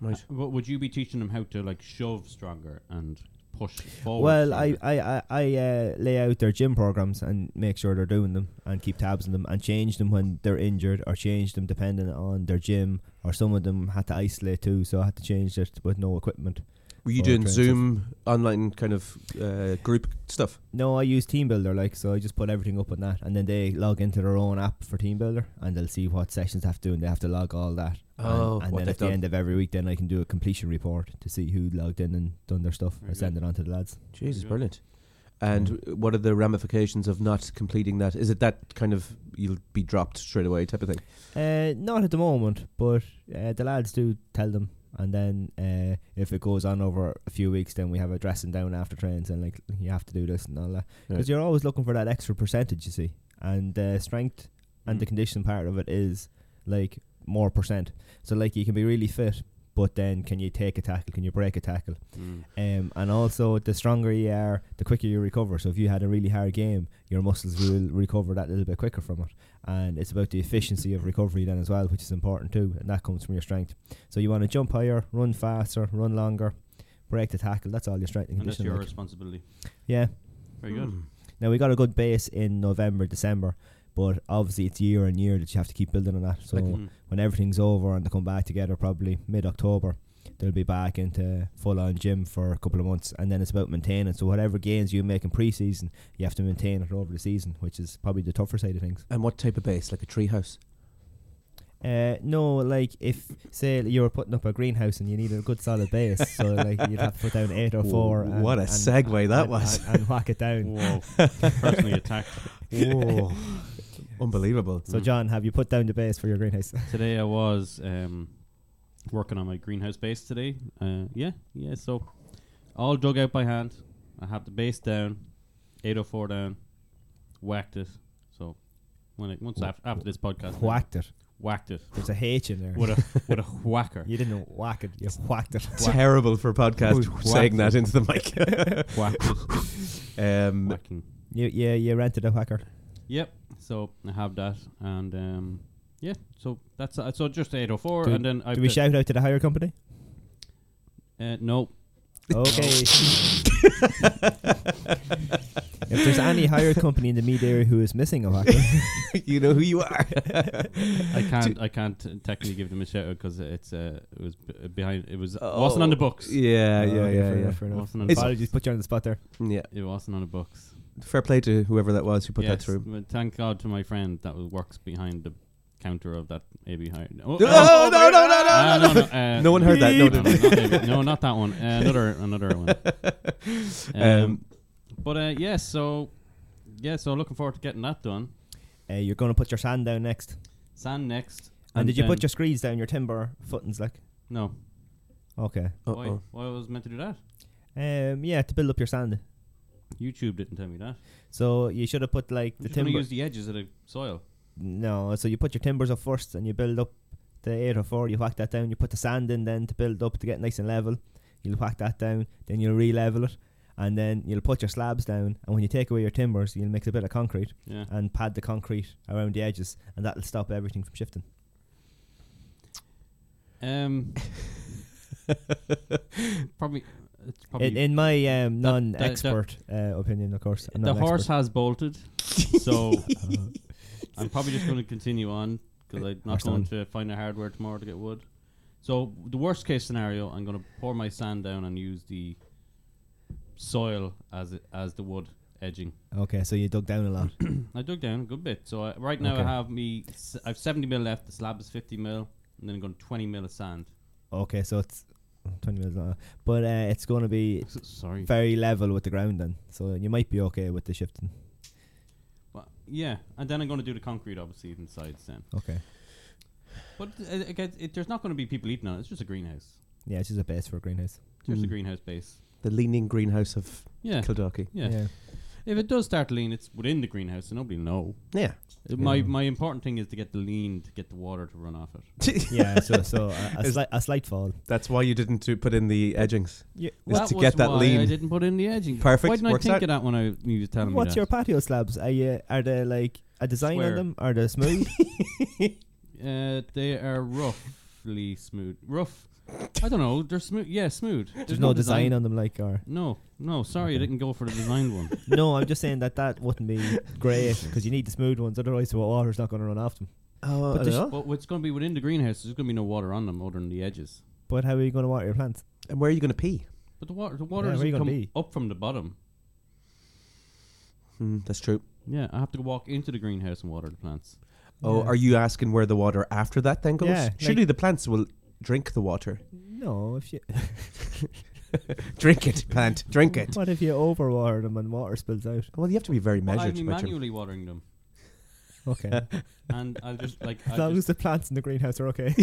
S2: Right.
S3: But would you be teaching them how to like shove stronger and push
S2: Oh,
S3: forward?
S1: Well, I
S3: stronger?
S1: I I, I uh, lay out their gym programs and make sure they're doing them and keep tabs on them and change them when they're injured or change them depending on their gym. Or some of them had to isolate too, so I had to change it with no equipment.
S2: Were you
S1: Oh,
S2: doing
S1: okay.
S2: Zoom online kind of uh, group stuff?
S1: No, I use Team Builder, like so. I just put everything up on that, and then they log into their own app for Team Builder, and they'll see what sessions they have to do, and they have to log all that. And-
S2: Oh,
S1: and,
S2: what
S1: then
S2: they've
S1: at the
S2: done.
S1: end of every week, then I can do a completion report to see who logged in and done their stuff.
S3: Very
S1: I send
S3: good.
S1: it on to the lads.
S2: Jesus,
S3: Yeah.
S2: brilliant. And what are the ramifications of not completing that? Is it that kind of you'll be dropped straight away type of thing?
S1: Uh, not at the moment, but uh, the lads do tell them, and then uh, if it goes on over a few weeks, then we have a dressing down after trains, and like you have to do this and all that,
S2: Right.
S1: because you're always looking for that extra percentage, you see, and uh, strength and the conditioning part of it is like more percent. So like you can be really fit, but then can you take a tackle? Can you break a tackle?
S3: Mm.
S1: Um, and also, the stronger you are, the quicker you recover. So, if you had a really hard game, your muscles will recover that little bit quicker from it. And it's about the efficiency of recovery then as well, which is important too. And that comes from your strength. So, you want to jump higher, run faster, run longer, break the tackle. That's all your strength and
S3: and that's
S1: conditioning.
S3: your
S1: like. Hmm.
S3: responsibility.
S1: Yeah.
S3: Very good.
S1: Now, we got a good base in November, December. But obviously, it's year and year that you have to keep building on that. So,
S3: Mm.
S1: when everything's over and they come back together probably mid October, they'll be back into full on gym for a couple of months and then it's about maintaining. So whatever gains you make in pre season, you have to maintain it over the season, which is probably the tougher side of things.
S2: And what type of base? Like a treehouse?
S1: Uh, no, like if say you were putting up a greenhouse and you needed a good solid base, so like you'd have to put down eight or four.
S2: Whoa,
S1: And,
S2: what a
S1: and-
S2: segue that
S1: and-
S2: was.
S1: and, and whack it down.
S3: Whoa. Personally attacked.
S2: Whoa. Unbelievable.
S1: So John, have you put down the base for your greenhouse?
S3: Today I was um, working on my greenhouse base today. Uh, yeah, yeah. So all dug out by hand. I had the base down, 804 down, whacked it. So when it, once after, after this podcast,
S1: whacked it.
S3: whacked it
S1: There's a H in there.
S3: with a with a whacker.
S1: You didn't whack it. You whacked it.
S2: Terrible for a podcast
S3: Whack.
S2: saying that into the mic.
S3: Whacked it.
S2: um,
S3: Whacking.
S1: You, yeah, you rented a whacker.
S3: Yep. So I have that, and um, yeah. So that's uh, so just 804,
S1: Do-
S3: and then I
S1: Do we
S3: put-
S1: shout out to the hire company?
S3: Uh, no,
S1: Okay. if there's any hired company in the media area who is missing a hacker,
S2: you know who you are.
S3: I can't. I can't t- technically give them a shout out because it's uh, it was b- behind. It was Oh. wasn't on the books.
S1: Oh,
S2: Yeah, yeah,
S1: okay,
S2: yeah,
S1: fair
S2: yeah.
S1: enough, fair enough.
S3: Wasn't on the
S2: It's-
S3: books.
S1: Apologies, put you on the spot there.
S2: Yeah.
S3: It wasn't on the books.
S2: Fair play to whoever that was who put that
S3: Yes,
S2: through.
S3: but Thank God to my friend that was- works behind the counter of that AB hire.
S2: No,
S3: Oh, oh.
S2: no, no, no, no,
S3: Ah, no, no, uh,
S2: No one heard that, no,
S3: No,
S2: did
S3: not AB. No, not that one. Uh, another, another one. Um,
S2: Um,
S3: but uh, yeah, so yeah, so looking forward to getting that done.
S1: Uh, you're going to put your sand down next.
S3: Sand next.
S1: And, did you
S3: then-
S1: put your screeds down, your timber footings, like?
S3: No.
S1: Okay.
S3: Why?
S2: Uh-oh.
S3: Why was I meant to do that?
S1: Um, yeah, to build up your sand.
S3: YouTube didn't tell me that.
S1: So you should have put like
S3: The
S1: the
S3: just going
S1: timber.
S3: to use the edges of the soil.
S1: no, so you put your timbers up first, and you build up the eight or four. You whack that down. You put the sand in then to build up to get nice and level. You'll whack that down, then you'll re-level it, and then you'll put your slabs down. And when you take away your timbers, you'll mix a bit of concrete
S3: Yeah.
S1: and pad the concrete around the edges, and that'll stop everything from shifting.
S3: Um, probably it's probably
S1: In, in my um,
S3: The- the- the-
S1: non-expert uh, opinion, of course, I'm
S3: the
S1: not an
S3: horse
S1: expert. Uh-huh.
S3: has bolted, so I'm probably just going to continue on because I'm not
S1: Horse
S3: going
S1: on.
S3: to find the hardware tomorrow to get wood. So the worst case scenario, I'm going to pour my sand down and use the soil as it, as the wood edging.
S1: okay, so you dug down a lot.
S3: I dug down a good bit. So I, right now
S1: Okay.
S3: I have me s- I've 70 mil left. The slab is 50 mil, and then I'm going 20 mil of sand.
S1: okay, so it's twenty minutes, not, but uh, it's going to be
S3: S- Sorry.
S1: very level with the ground then, so you might be okay with the shifting.
S3: But yeah, and then I'm going to do the concrete, obviously, inside then.
S1: Okay,
S3: But uh, again, it, there's not going to be people eating on it. It's just a greenhouse.
S1: yeah, it's just a base for a greenhouse.
S3: It's just a
S2: Mm.
S3: greenhouse base.
S2: The leaning greenhouse of
S3: Yeah.
S2: Kildaki.
S3: yeah, If it does start to lean, it's within the greenhouse, so nobody will know.
S2: Yeah.
S3: Uh, My my important thing is to get the lean to get the water to run off it.
S1: yeah. So, so a, a,
S2: Is-
S1: slight a slight fall.
S2: That's why you didn't do, put in the edgings.
S1: Yeah.
S2: Is
S3: That
S2: to
S3: was
S2: get that
S3: why I
S2: lean.
S3: didn't put in the edging.
S2: Perfect,
S3: Why didn't
S2: works
S3: I think
S2: out.
S3: of that when I when you was telling
S1: What's
S3: me
S1: your
S3: that?
S1: patio slabs? Are you are they like a design
S3: Square.
S1: on them? Are they smooth?
S3: uh, they are roughly smooth. Rough. I don't know. They're smooth. Yeah, smooth.
S1: There's no design on them, like or
S3: No, no. Sorry, I didn't go for the designed one.
S1: no. I'm just saying that that wouldn't be great because you need the smooth ones, otherwise the water's not going to run off them.
S2: Oh,
S1: But
S2: I
S1: the
S2: dunno.
S3: But what's going to be within the greenhouse? There's going to be no water on them other than the edges.
S1: But how are you going to water your plants?
S2: and where are you going to pee?
S3: But the water, the water
S1: Yeah, where
S3: doesn't
S1: you gonna
S3: come
S1: be?
S3: up from the bottom.
S2: Hmm, that's true.
S3: Yeah, I have to walk into the greenhouse and water the plants.
S2: Oh,
S1: Yeah.
S2: are you asking where the water after that then goes?
S1: Yeah,
S2: Surely the plants will drink the water.
S1: No, if you
S2: Drink it, plant. Drink it.
S1: what if you overwater them and water spills out?
S2: Well, you have to be very
S3: I'll
S2: measured.
S3: be
S2: about your-
S3: manually watering them,
S1: Okay,
S3: and I'll just like
S1: as
S3: I'll
S1: long as
S3: just,
S1: the plants in the greenhouse are okay.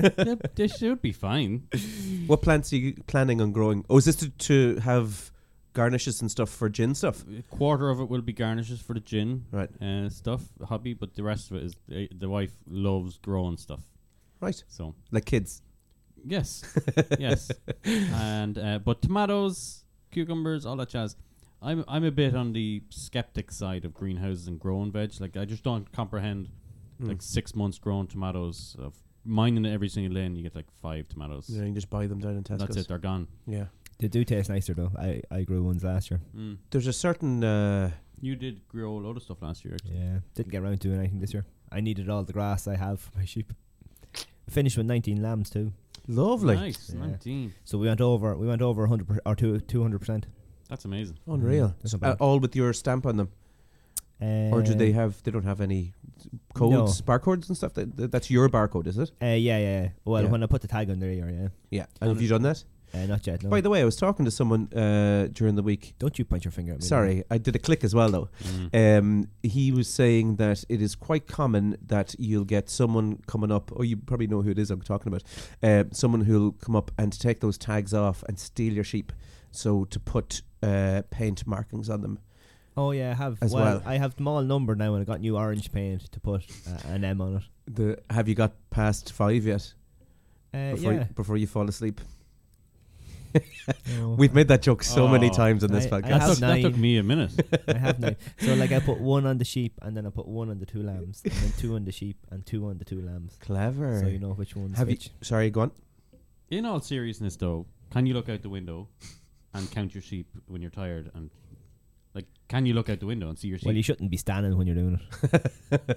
S3: they, they should be fine.
S2: What plants are you planning on growing? Oh, is this to, to have garnishes and stuff for gin stuff?
S3: A quarter of it will be garnishes for the gin
S2: Right.
S3: uh, stuff hobby, but the rest of it is the, the wife loves growing stuff.
S2: Right.
S3: So
S2: Like kids.
S3: yes, yes, and uh, but tomatoes, cucumbers, all that jazz. I'm I'm a bit on the skeptic side of greenhouses and growing veg. Like I just don't comprehend
S2: Hmm.
S3: like six months growing tomatoes of mining it every single day, and you get like five tomatoes.
S2: Yeah, you can just buy them down in Tesco.
S3: That's it. They're gone.
S2: Yeah.
S1: they do taste nicer though. I I grew ones last year.
S2: There's a certain. Uh,
S3: Hmm. You did grow a lot of stuff last year. actually.
S1: Yeah, didn't get around to doing anything this year. I needed all the grass I have for my sheep. Finished with 19 lambs too.
S2: lovely.
S3: Nice,
S1: Yeah.
S3: nineteen.
S1: So we went over. We went over 100 per, or two hundred percent. Mm,
S3: That's amazing.
S2: Unreal.
S1: That's not Um,
S2: Uh,
S1: bad.
S2: all with your stamp on them, or do they have? They don't have any codes, barcodes and stuff. That, that- that's your barcode, is it?
S1: Uh, yeah, yeah. Well,
S2: Yeah.
S1: when I put the tag on there, yeah.
S2: Yeah. And have you done that?
S1: Uh, not yet. No.
S2: By the way, I was talking to someone uh, during the week.
S1: Don't you point your finger at me.
S2: Sorry, I did a click as well though. Um, he was saying that it is quite common that you'll get someone coming up, or you probably know who it is I'm talking about, uh, someone who'll come up and take those tags off and steal your sheep, so to put uh, paint markings on them.
S1: Oh yeah, I have.
S2: As
S1: well,
S2: well.
S1: I have them all numbered now, and I got new orange paint to put uh, an M on it.
S2: The have you got past five yet?
S1: Uh,
S2: Before,
S1: yeah.
S2: you, before you fall asleep,
S1: No.
S2: we've made that joke so many
S3: Oh,
S2: times on this
S1: I- I
S2: podcast.
S1: have
S3: That took, that
S1: nine.
S3: took me a minute.
S1: I have nine. So like, I put one on the sheep, and then I put one on the two lambs, and then two on the sheep, and two on the two lambs.
S2: Clever.
S1: So you know which one's
S2: have
S1: which.
S2: you? Sorry, go on.
S3: In all seriousness, though, can you look out the window and count your sheep when you're tired? And like, can you look out the window and see your sheep?
S1: Well, you shouldn't be standing when you're doing it.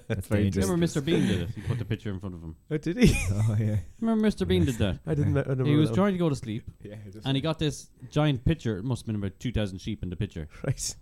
S1: That's
S2: Very
S1: dangerous.
S3: Remember, Mr. Bean did it. He put the picture in front of him.
S2: Oh, did he?
S1: Oh yeah.
S3: Remember, Mr. Bean did that.
S2: I didn't. I don't
S3: He
S2: know.
S3: was trying to go to sleep,
S2: Yeah, just-
S3: and he got this giant picture. It must have been about two thousand sheep in the picture.
S2: right.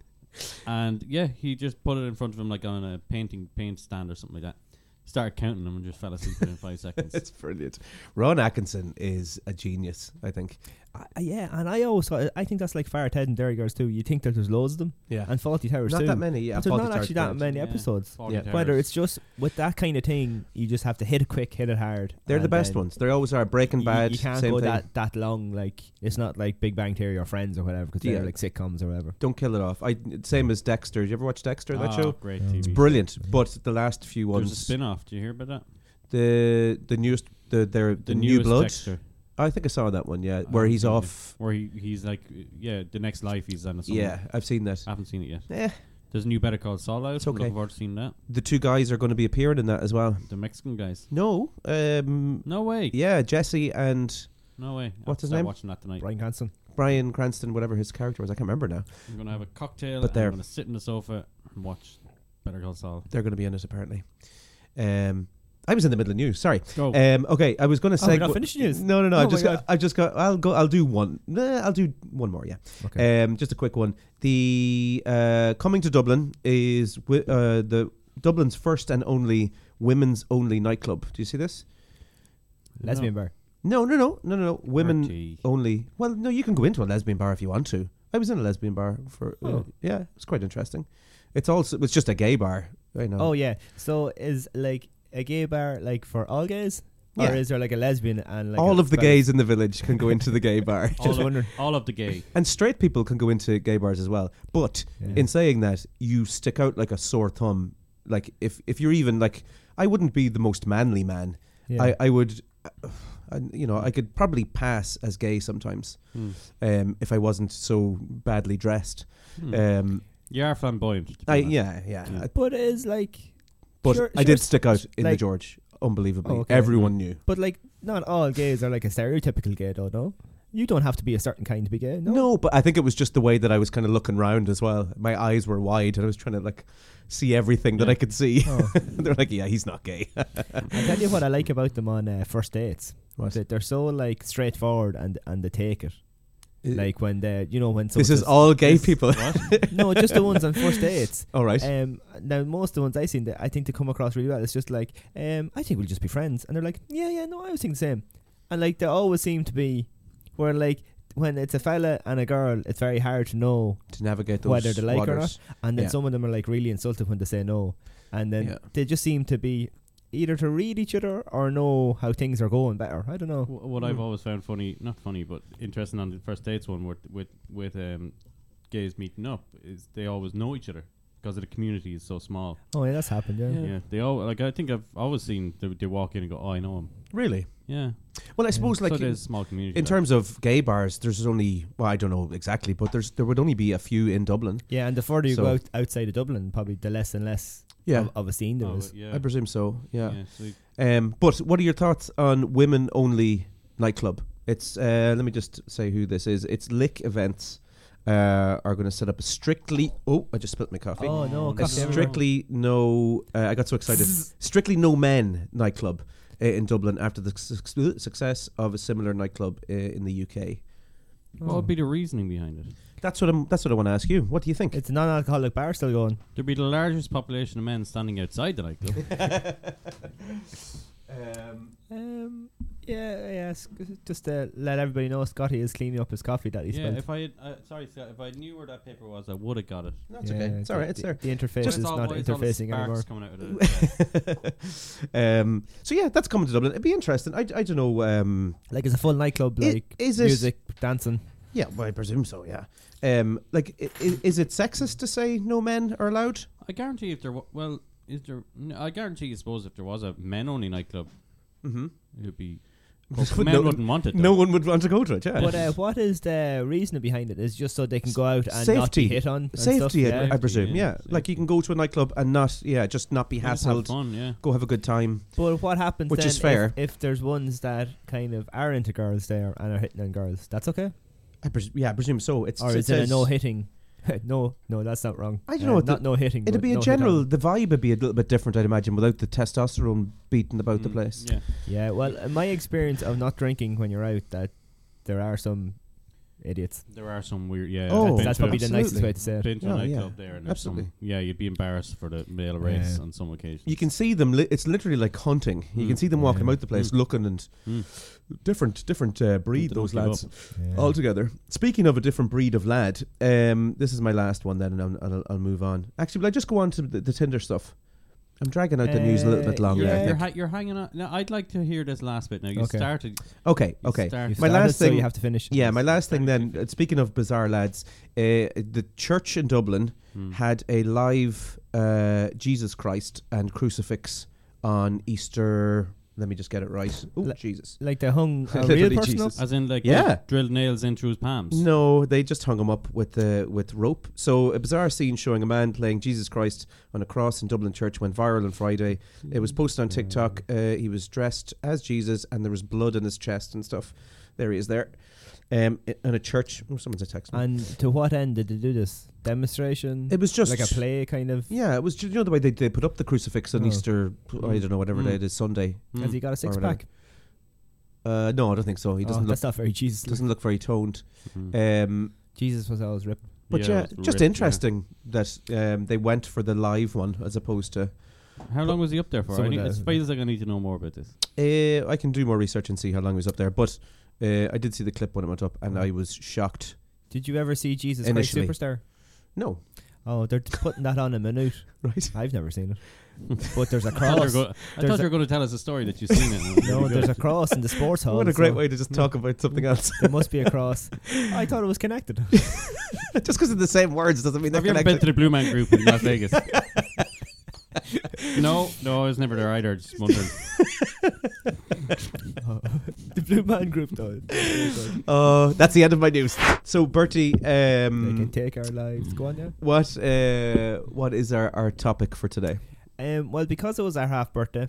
S3: And yeah, he just put it in front of him like on a painting paint stand or something like that. Started counting them and just fell asleep within five seconds.
S2: It's brilliant. Ron Atkinson is a genius, I think.
S1: I, I- yeah, and I always thought, I think that's like Firehead and Dairy Girls too. You think that there's loads of them,
S2: Yeah.
S1: and Faulty Towers
S2: Not
S1: too.
S2: that many, yeah,
S1: But there's
S2: Faulty
S1: not
S2: Towers
S1: actually that
S2: brilliant.
S1: many
S3: Yeah,
S1: episodes.
S3: Faulty
S2: Yeah.
S3: Towers.
S1: Whether it's just with that kind of thing, you just have to hit it quick, hit it hard.
S2: They're the
S1: and
S2: best
S1: then
S2: ones. They always are. Breaking
S1: You,
S2: Bad,
S1: you can't
S2: same
S1: go
S2: thing.
S1: that that long. Like it's not like Big Bang Theory or Friends or whatever, because
S2: Yeah.
S1: they're like sitcoms or whatever.
S2: Don't kill it off. I same as Dexter. Did you ever watch Dexter? That
S3: Ah,
S2: show.
S3: great TV.
S2: It's brilliant. But the last few
S3: There's a
S2: ones,
S3: spin off. Do you hear about that?
S2: the the newest, the their the, new
S3: newest
S2: blood.
S3: Dexter. Ah,
S2: I think I saw that one. Yeah,
S3: I
S2: where
S3: haven't
S2: he's
S3: seen it.
S2: off.
S3: Where he, he's like, uh, yeah, the next life he's on. or something.
S2: Yeah, I've seen that.
S3: I haven't seen it yet.
S2: Eh,
S3: There's a new Better Call Saul out.
S2: It's
S3: I'm
S2: okay.
S3: looking forward to seeing that.
S2: the two guys are going to be appearing in that as well.
S3: The Mexican guys.
S2: No, um,
S3: No way.
S2: yeah, Jesse and
S3: No way. I'll
S2: What's his
S3: start
S2: name?
S3: Watching that tonight.
S1: Brian Cranston.
S2: Brian Cranston, whatever his character was, I can't remember now.
S3: I'm gonna have a cocktail.
S2: But
S3: and
S2: they're-
S3: I'm gonna sit on the sofa and watch Better Call Saul.
S2: They're going to be in it apparently. Um, I was in the middle of news. Sorry.
S3: Go.
S2: Um, okay, I was going to
S1: Oh, we're
S2: say.
S1: not finished news?
S2: No, no, no.
S1: Oh
S2: I've
S1: my
S2: just
S1: God.
S2: got. I've just got. I'll go. I'll do one. Nah, I'll do one more. Yeah.
S1: Okay.
S2: Um, just a quick one. The uh, coming to Dublin is wi- uh, the Dublin's first and only women's only nightclub. Do you see this?
S1: Lesbian bar.
S2: No, no, no, no, no, no. Women
S3: Party.
S2: only. Well, no, you can go into a lesbian bar if you want to. I was in a lesbian bar for. uh,
S1: Oh.
S2: yeah, it's quite interesting. It's also it's just a gay bar. I know.
S1: Oh yeah. So is like a gay bar like for all gays,
S2: Yeah.
S1: or is there like a lesbian and like
S2: all
S1: a
S2: of the
S1: fella?
S2: gays in the village can go into the gay bar.
S3: all,
S1: Just
S3: of,
S1: wondering.
S3: all of the gay.
S2: And straight people can go into gay bars as well. But
S1: Yeah.
S2: in saying that, you stick out like a sore thumb. Like if if you're even like, I wouldn't be the most manly man.
S1: Yeah.
S2: I I would, I, you know, I could probably pass as gay sometimes, um, if I wasn't so badly dressed. Um,
S3: You are flamboyant. to be
S2: I
S3: honest.
S2: yeah yeah.
S3: Yeah.
S2: I-
S1: But is like.
S2: but
S1: sure-
S2: I
S1: sure
S2: did
S1: s-
S2: stick out in the
S1: like-
S2: George, unbelievably.
S1: Oh, okay.
S2: Everyone knew.
S1: But like, not all gays are like a stereotypical gay, though. No, you don't have to be a certain kind to be gay. No.
S2: No. but I think it was just the way that I was kind of looking round as well. My eyes were wide, and I was trying to like see everything that I could
S1: Oh,
S2: see. They're like, yeah, he's not gay.
S1: I tell you what I like about them on uh, first dates.
S2: What?
S1: That they're so like straightforward and and they take it.
S2: It-
S1: Like when they, you know, when someone
S2: this is
S1: says-
S2: all gay people.
S1: No, just the ones on first dates.
S2: all right.
S1: Um, now most of the ones I've seen, that I think they come across really well. It's just like, um, I think we'll just be friends, and they're like, yeah, yeah, no, I was thinking the same, and like they always seem to be, where like when it's a fella and a girl, it's very hard to know
S2: to navigate those
S1: whether they like or
S2: waters.
S1: not, and then
S2: Yeah.
S1: some of them are like really insulted when they say no, and then
S2: Yeah.
S1: they just seem to be either to read each other or know how things are going better. I don't know.
S3: Wh- What I've
S2: Mm.
S3: always found funny, not funny, but interesting on the first dates one with with with um, gays meeting up is they always know each other because the community is so small.
S1: Oh yeah, that's happened. Yeah.
S3: Yeah, they all like I think I've always seen they, they walk in and go, oh, I know him.
S2: Really?
S3: Yeah,
S2: Well, I suppose
S3: so
S2: like
S3: there's a small community.
S2: in
S3: there.
S2: terms of gay bars, there's only well, I don't know exactly, but there's there would only be a few in Dublin.
S1: Yeah, and the further you go
S2: So-
S1: out, outside of Dublin, probably the less and less
S2: Yeah.
S1: of, of a scene there
S3: Oh,
S1: is.
S3: yeah,
S2: I presume so. Yeah.
S3: yeah, so
S2: Um, but what are your thoughts on women only nightclub? It's uh, let me just say who this is. It's Lick Events uh, are going to set up a strictly. Oh, I just spilled my coffee.
S1: Oh no,
S2: a
S1: cocktail.
S2: strictly no. Uh, I got so excited. strictly no men nightclub uh, in Dublin after the suc- success of a similar nightclub uh, in the UK. Oh.
S3: what would be the reasoning behind it?
S2: That's what I'm. That's what I want to ask you. What do you think?
S1: It's a non-alcoholic bar still going.
S3: There'd be the largest population of men standing outside the nightclub.
S1: Um, yeah, yeah. s- Just to let everybody know, Scotty is cleaning up his coffee that he
S3: yeah,
S1: spilled.
S3: if I had, uh, sorry, Scott, if I knew where that paper was, I would have got it.
S2: That's okay. It's all right. It's
S1: the,
S2: there.
S1: The interface
S3: Just
S1: is
S3: all-
S1: not
S3: it's all the
S1: interfacing anymore.
S3: sparks Coming out of it. Yeah.
S2: um, so yeah, that's coming to Dublin. It'd be interesting. I, I don't know. Um,
S1: Like it's a full nightclub,
S2: I-
S1: like
S2: is it-
S1: music, dancing.
S2: yeah, well, I presume so. Yeah. Um, like, i- i- is it sexist to say no men are allowed?
S3: I guarantee if there wa- well is there no, I guarantee you suppose if there was a men only nightclub, mm-hmm. it would be but men
S2: No-
S3: wouldn't want it.
S2: No
S3: though.
S2: one would want to go to it. Yeah.
S1: But uh, what is the reason behind it? Is just so they can go out and not
S2: safety
S1: be hit on. and
S2: safety,
S1: stuff?
S2: I-
S1: yeah.
S2: I presume.
S3: yeah,
S2: Yeah, like you can go to a nightclub and not, yeah, just not be
S3: They just have
S2: hassled.
S3: fun, yeah.
S2: Go have a good time.
S1: But what happens
S2: Which
S1: then
S2: is fair.
S1: If, if there's ones that kind of are into girls there and are hitting on girls? That's okay,
S2: I presume, yeah, I presume so. It's
S1: or
S2: it
S1: is it a
S2: says-
S1: no hitting? no, no, that's not wrong.
S2: I don't
S1: Uh,
S2: know what the-
S1: not no hitting.
S2: It'd
S1: but
S2: be
S1: no
S2: a
S1: hit
S2: general.
S1: on.
S2: The vibe would be a little bit different, I'd imagine, without the testosterone beating about the
S3: Mm,
S2: place.
S3: Yeah.
S1: Yeah, well, uh, my experience of not drinking when you're out, that there are some idiots.
S3: There are some weird yeah.
S2: Oh,
S3: I've been
S1: That's
S3: to-
S1: probably the nicest
S2: absolutely.
S1: way to say it.
S3: been to a
S2: Oh, yeah.
S3: nightclub there and there's some-
S2: Absolutely.
S3: yeah, you'd be embarrassed for the male race
S1: Yeah.
S3: on some occasions.
S2: You can see them. Li- it's literally like hunting. You can see them walking about the place, looking and different, different uh, breed.
S3: They don't
S2: Those
S3: give
S2: lads
S3: up.
S2: altogether. Speaking of a different breed of lad, um, this is my last one then, and I'm- I'll, I'll, move on. Actually, will I just go on to the, the Tinder stuff? I'm dragging out the news a little
S1: Uh,
S2: bit longer.
S1: yeah.
S2: I
S3: You're,
S2: think.
S3: ha- you're hanging on. Now, I'd like to hear this last bit. Now you
S1: Okay.
S3: started.
S2: Okay,
S3: You
S2: okay.
S3: start.
S1: You
S2: My
S3: My
S1: started,
S2: last
S1: so
S2: thing,
S1: you have to finish.
S2: yeah, my last thing then. uh, Speaking of bizarre lads, uh, the church in Dublin
S1: Hmm.
S2: had a live uh, Jesus Christ and crucifix on Easter Let me just get it right. Oh,
S1: Le-
S2: Jesus.
S1: Like they hung a
S2: Literally
S1: real person up?
S2: Jesus.
S3: As in, like,
S2: Yeah.
S3: they drilled nails in through his palms.
S2: No, they just hung him up with the with rope. So a bizarre scene showing a man playing Jesus Christ on a cross in Dublin church went viral on Friday. It was posted on TikTok.
S1: Mm.
S2: Uh, he was dressed as Jesus, and there was blood in his chest and stuff. There he is there, um, i- in a church. Oh, someone's a text. me.
S1: And to what end did they do this demonstration?
S2: It was just
S1: like a play kind of.
S2: Yeah, it was. ju- You know the way they, they put up the crucifix on
S1: Oh.
S2: Easter. I don't know whatever
S3: Mm.
S2: day it is. Sunday.
S1: Has he got a six
S2: Mm. whatever.
S1: pack?
S2: Uh, no, I don't think so. He
S1: Oh,
S2: doesn't look
S1: that's not very Jesus.
S2: doesn't look very toned.
S3: Mhm.
S2: Um,
S1: Jesus was always ripped.
S2: But
S3: Yeah,
S2: yeah,
S3: it's
S2: just
S3: ripped, yeah.
S2: interesting that um, they went for the live one as opposed to.
S3: How long was he up there for? I
S1: Someone
S3: need, it
S1: does.
S3: feels like I need to know more about this.
S2: Uh, I can do more research and see how long he was up there, but uh, I did see the clip when it went up, and I was shocked.
S1: Did you ever see Jesus
S2: Initially.
S1: Christ Superstar?
S2: No,
S1: Oh, they're t- putting that on a minute.
S2: right?
S1: I've never seen it. But there's a
S3: I thought you were
S1: cross.
S3: go- I
S1: There's
S3: thought
S1: a-
S3: you were going to tell us a story that you've seen it.
S1: no, there's a cross in the sports hall.
S2: what a great
S1: so
S2: way to just talk about something else.
S1: There must be a cross. I thought it was connected.
S2: just because of the same words doesn't mean they're
S3: Have you ever been
S2: connected.
S3: to the Blue Man Group in Las Vegas? no, no, I was never there either. Just wondering.
S1: the Blue Man Group, though. They
S2: Oh, that's the end of my news. So, Bertie,
S1: can
S2: um,
S1: take our lives. Go on, yeah.
S2: what uh, what is our, our topic for today?
S1: Um, well, because it was our half birthday,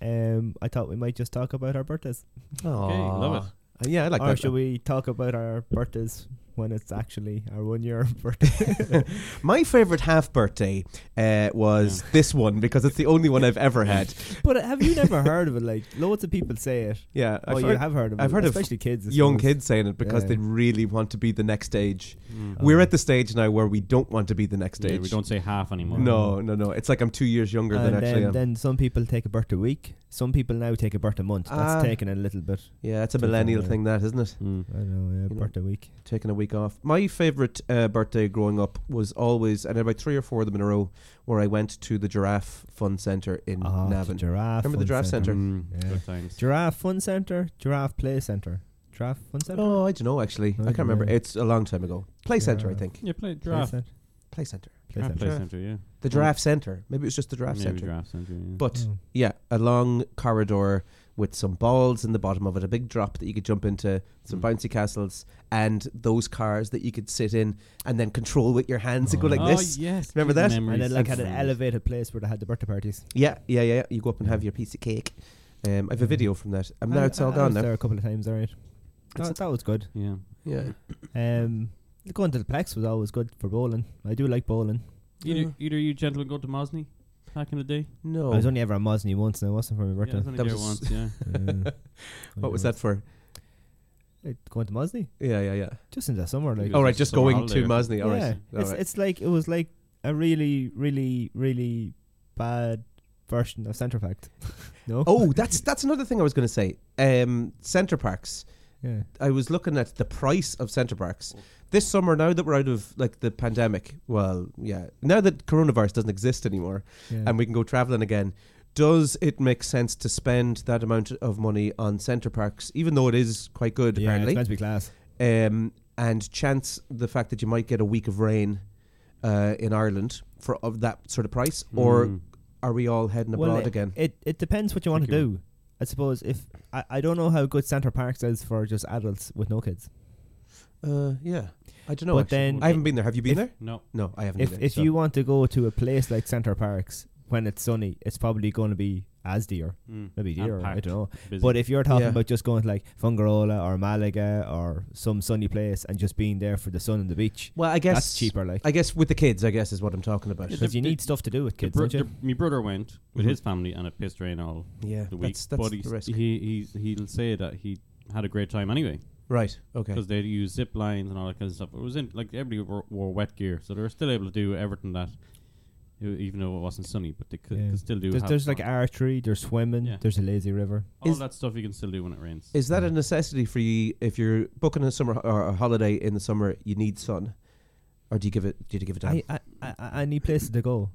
S1: um, I thought we might just talk about our birthdays.
S2: Oh,
S3: love
S2: it. Yeah, I like
S1: or
S2: that.
S1: should we talk about our birthdays when it's actually our one year birthday?
S2: My favorite half birthday uh, was this one because it's the only one I've ever had.
S1: but uh, have you never heard of it? Like, loads of people say it.
S2: Yeah,
S1: oh,
S2: I've
S1: you
S2: heard-
S1: have heard of it.
S2: I've heard of
S1: especially kids. I
S2: young
S1: suppose.
S2: kids saying it because
S1: Yeah.
S2: they really want to be the next age.
S1: Um,
S3: Mm.
S2: We're at the stage now where we don't want to be the next age.
S3: Yeah, we don't say half anymore.
S2: No, no, no. It's like I'm two years younger
S1: And
S2: than actually
S1: Uh, then,
S2: am.
S1: then some people take a birthday week. Some people now take a birthday month.
S2: Ah.
S1: That's taken a little bit.
S2: yeah, it's a
S1: Something
S2: millennial
S1: like-
S2: thing, that isn't it?
S3: Mm.
S1: I don't know. Yeah,
S2: know.
S1: birthday week.
S2: Taking a week off. My favorite uh, birthday growing up was always, and about three or four of them in a row, where I went to the Giraffe Fun Center in
S1: Ah, the
S2: Navan.
S1: giraffe.
S2: Remember the
S1: fun
S2: giraffe center?
S3: Mm.
S1: Yeah.
S3: Good times.
S1: Giraffe Fun Center. Giraffe Play Center. Giraffe Fun Center.
S2: Oh, I don't know
S1: I
S2: actually. I can't
S1: don't
S2: remember.
S1: know.
S2: It's a long time ago. Play Center, I
S1: Yeah.
S2: think.
S3: Yeah, play
S1: Play
S3: giraffe.
S1: Center.
S2: Play Center.
S1: Play
S3: Yeah,
S1: Center.
S3: play
S2: Giraffe.
S3: center. Yeah,
S2: The Giraffe Center. Maybe it was just the Giraffe
S3: Maybe
S2: Center.
S3: giraffe center. Yeah.
S2: But
S1: Oh.
S2: yeah, a long corridor with some balls in the bottom of it, a big drop that you could jump into, some bouncy castles, and those cars that you could sit in and then control with your hands and go like
S3: oh,
S2: this.
S3: yes.
S2: Remember
S3: good
S2: that? And
S1: And
S3: memories.
S1: then like had an
S3: Friends.
S1: elevated place where they had the birthday parties.
S2: Yeah, yeah, yeah. You go up and have your piece of cake. Um, I have a video from that. I'm now
S1: I-
S2: it's all
S1: I
S2: gone
S1: was
S2: now.
S1: There a couple of times, all right.
S2: It's-
S1: That, that was good.
S3: Yeah.
S2: Yeah,
S1: Um, going to the Plex was always good for bowling. I do like bowling.
S3: Either, either you gentlemen go to Mosney back in the day.
S2: no.
S1: I was only ever at Mosney once, and it wasn't for my
S3: Yeah, I
S1: birthday.
S3: was only
S2: That
S3: there
S2: was-
S3: once. Yeah.
S1: Yeah.
S2: what was that for?
S1: Uh, Going to Mosney
S2: Yeah, yeah, yeah.
S1: just in the summer, like.
S2: All
S3: was
S2: Oh, right,
S3: just
S2: just
S3: summer
S2: going
S3: holiday
S2: to
S3: or
S2: Mosney. All right,
S1: yeah,
S2: all
S1: it's
S2: right.
S1: it's like it was like a really, really, really bad version of Centre Fact. no.
S2: Oh, that's that's another thing I was going to say. Um, Center Parks.
S1: Yeah.
S2: I was looking at the price of centre parks this summer. Now that we're out of like the pandemic, well, yeah, now that coronavirus doesn't exist anymore
S1: Yeah.
S2: and we can go traveling again, does it make sense to spend that amount of money on centre parks, even though it is quite good
S1: yeah, it's
S2: apparently?
S1: meant to be class.
S2: Um, and chance the fact that you might get a week of rain uh, in Ireland for of that sort of price, or
S1: Hmm.
S3: Mm.
S2: are we all heading abroad
S1: it,
S2: again?
S1: It it depends what you want to
S3: Think you
S1: do. I suppose if I, I don't know how good Centre Parks is for just adults with no kids.
S2: uh, yeah, I don't know.
S1: But
S2: actually.
S1: then
S2: I haven't been there. Have you been
S1: if-
S2: there?
S3: No.
S2: No, I haven't.
S1: If
S2: either,
S1: if
S2: so-
S1: you want to go to a place like Centre Parks when it's sunny, it's probably going to be as dear,
S3: Mm.
S1: maybe
S3: And
S1: dear, I
S3: packed.
S1: don't know.
S3: Busy.
S1: But if you're talking
S2: Hmm. Yeah.
S1: about just going to like Fungarola or Malaga or some sunny place and just being there for the sun and the beach,
S2: well, I guess
S1: that's cheaper. Like
S2: I guess with the kids, I guess is what I'm talking about.
S3: Yeah,
S1: because you
S3: the-
S1: need stuff to do with
S3: The
S1: kids,
S3: bro-
S1: don't you?
S3: the- my brother went with
S2: Mhm.
S3: his family and it pissed rain all
S2: Yeah,
S3: the week.
S2: that's, that's
S3: but
S2: the
S3: he's-
S2: risk.
S3: he he's, he'll say that he had a great time anyway
S2: right. Okay.
S3: because they used zip lines and all that kind of stuff. It was in like everybody wore, wore wet gear, so they were still able to do everything that, e- even though it wasn't sunny, but they could,
S1: Yeah.
S3: could still do.
S1: There's,
S3: have
S1: there's
S3: fun.
S1: like archery, there's swimming,
S3: Yeah.
S1: there's a lazy river.
S3: all
S2: is-
S3: that stuff you can still do when it rains.
S2: Is that a necessity for you if you're booking a summer or a holiday in the summer? You need sun, or do you give it? Do you give it down
S1: I, I, I, I need places to go.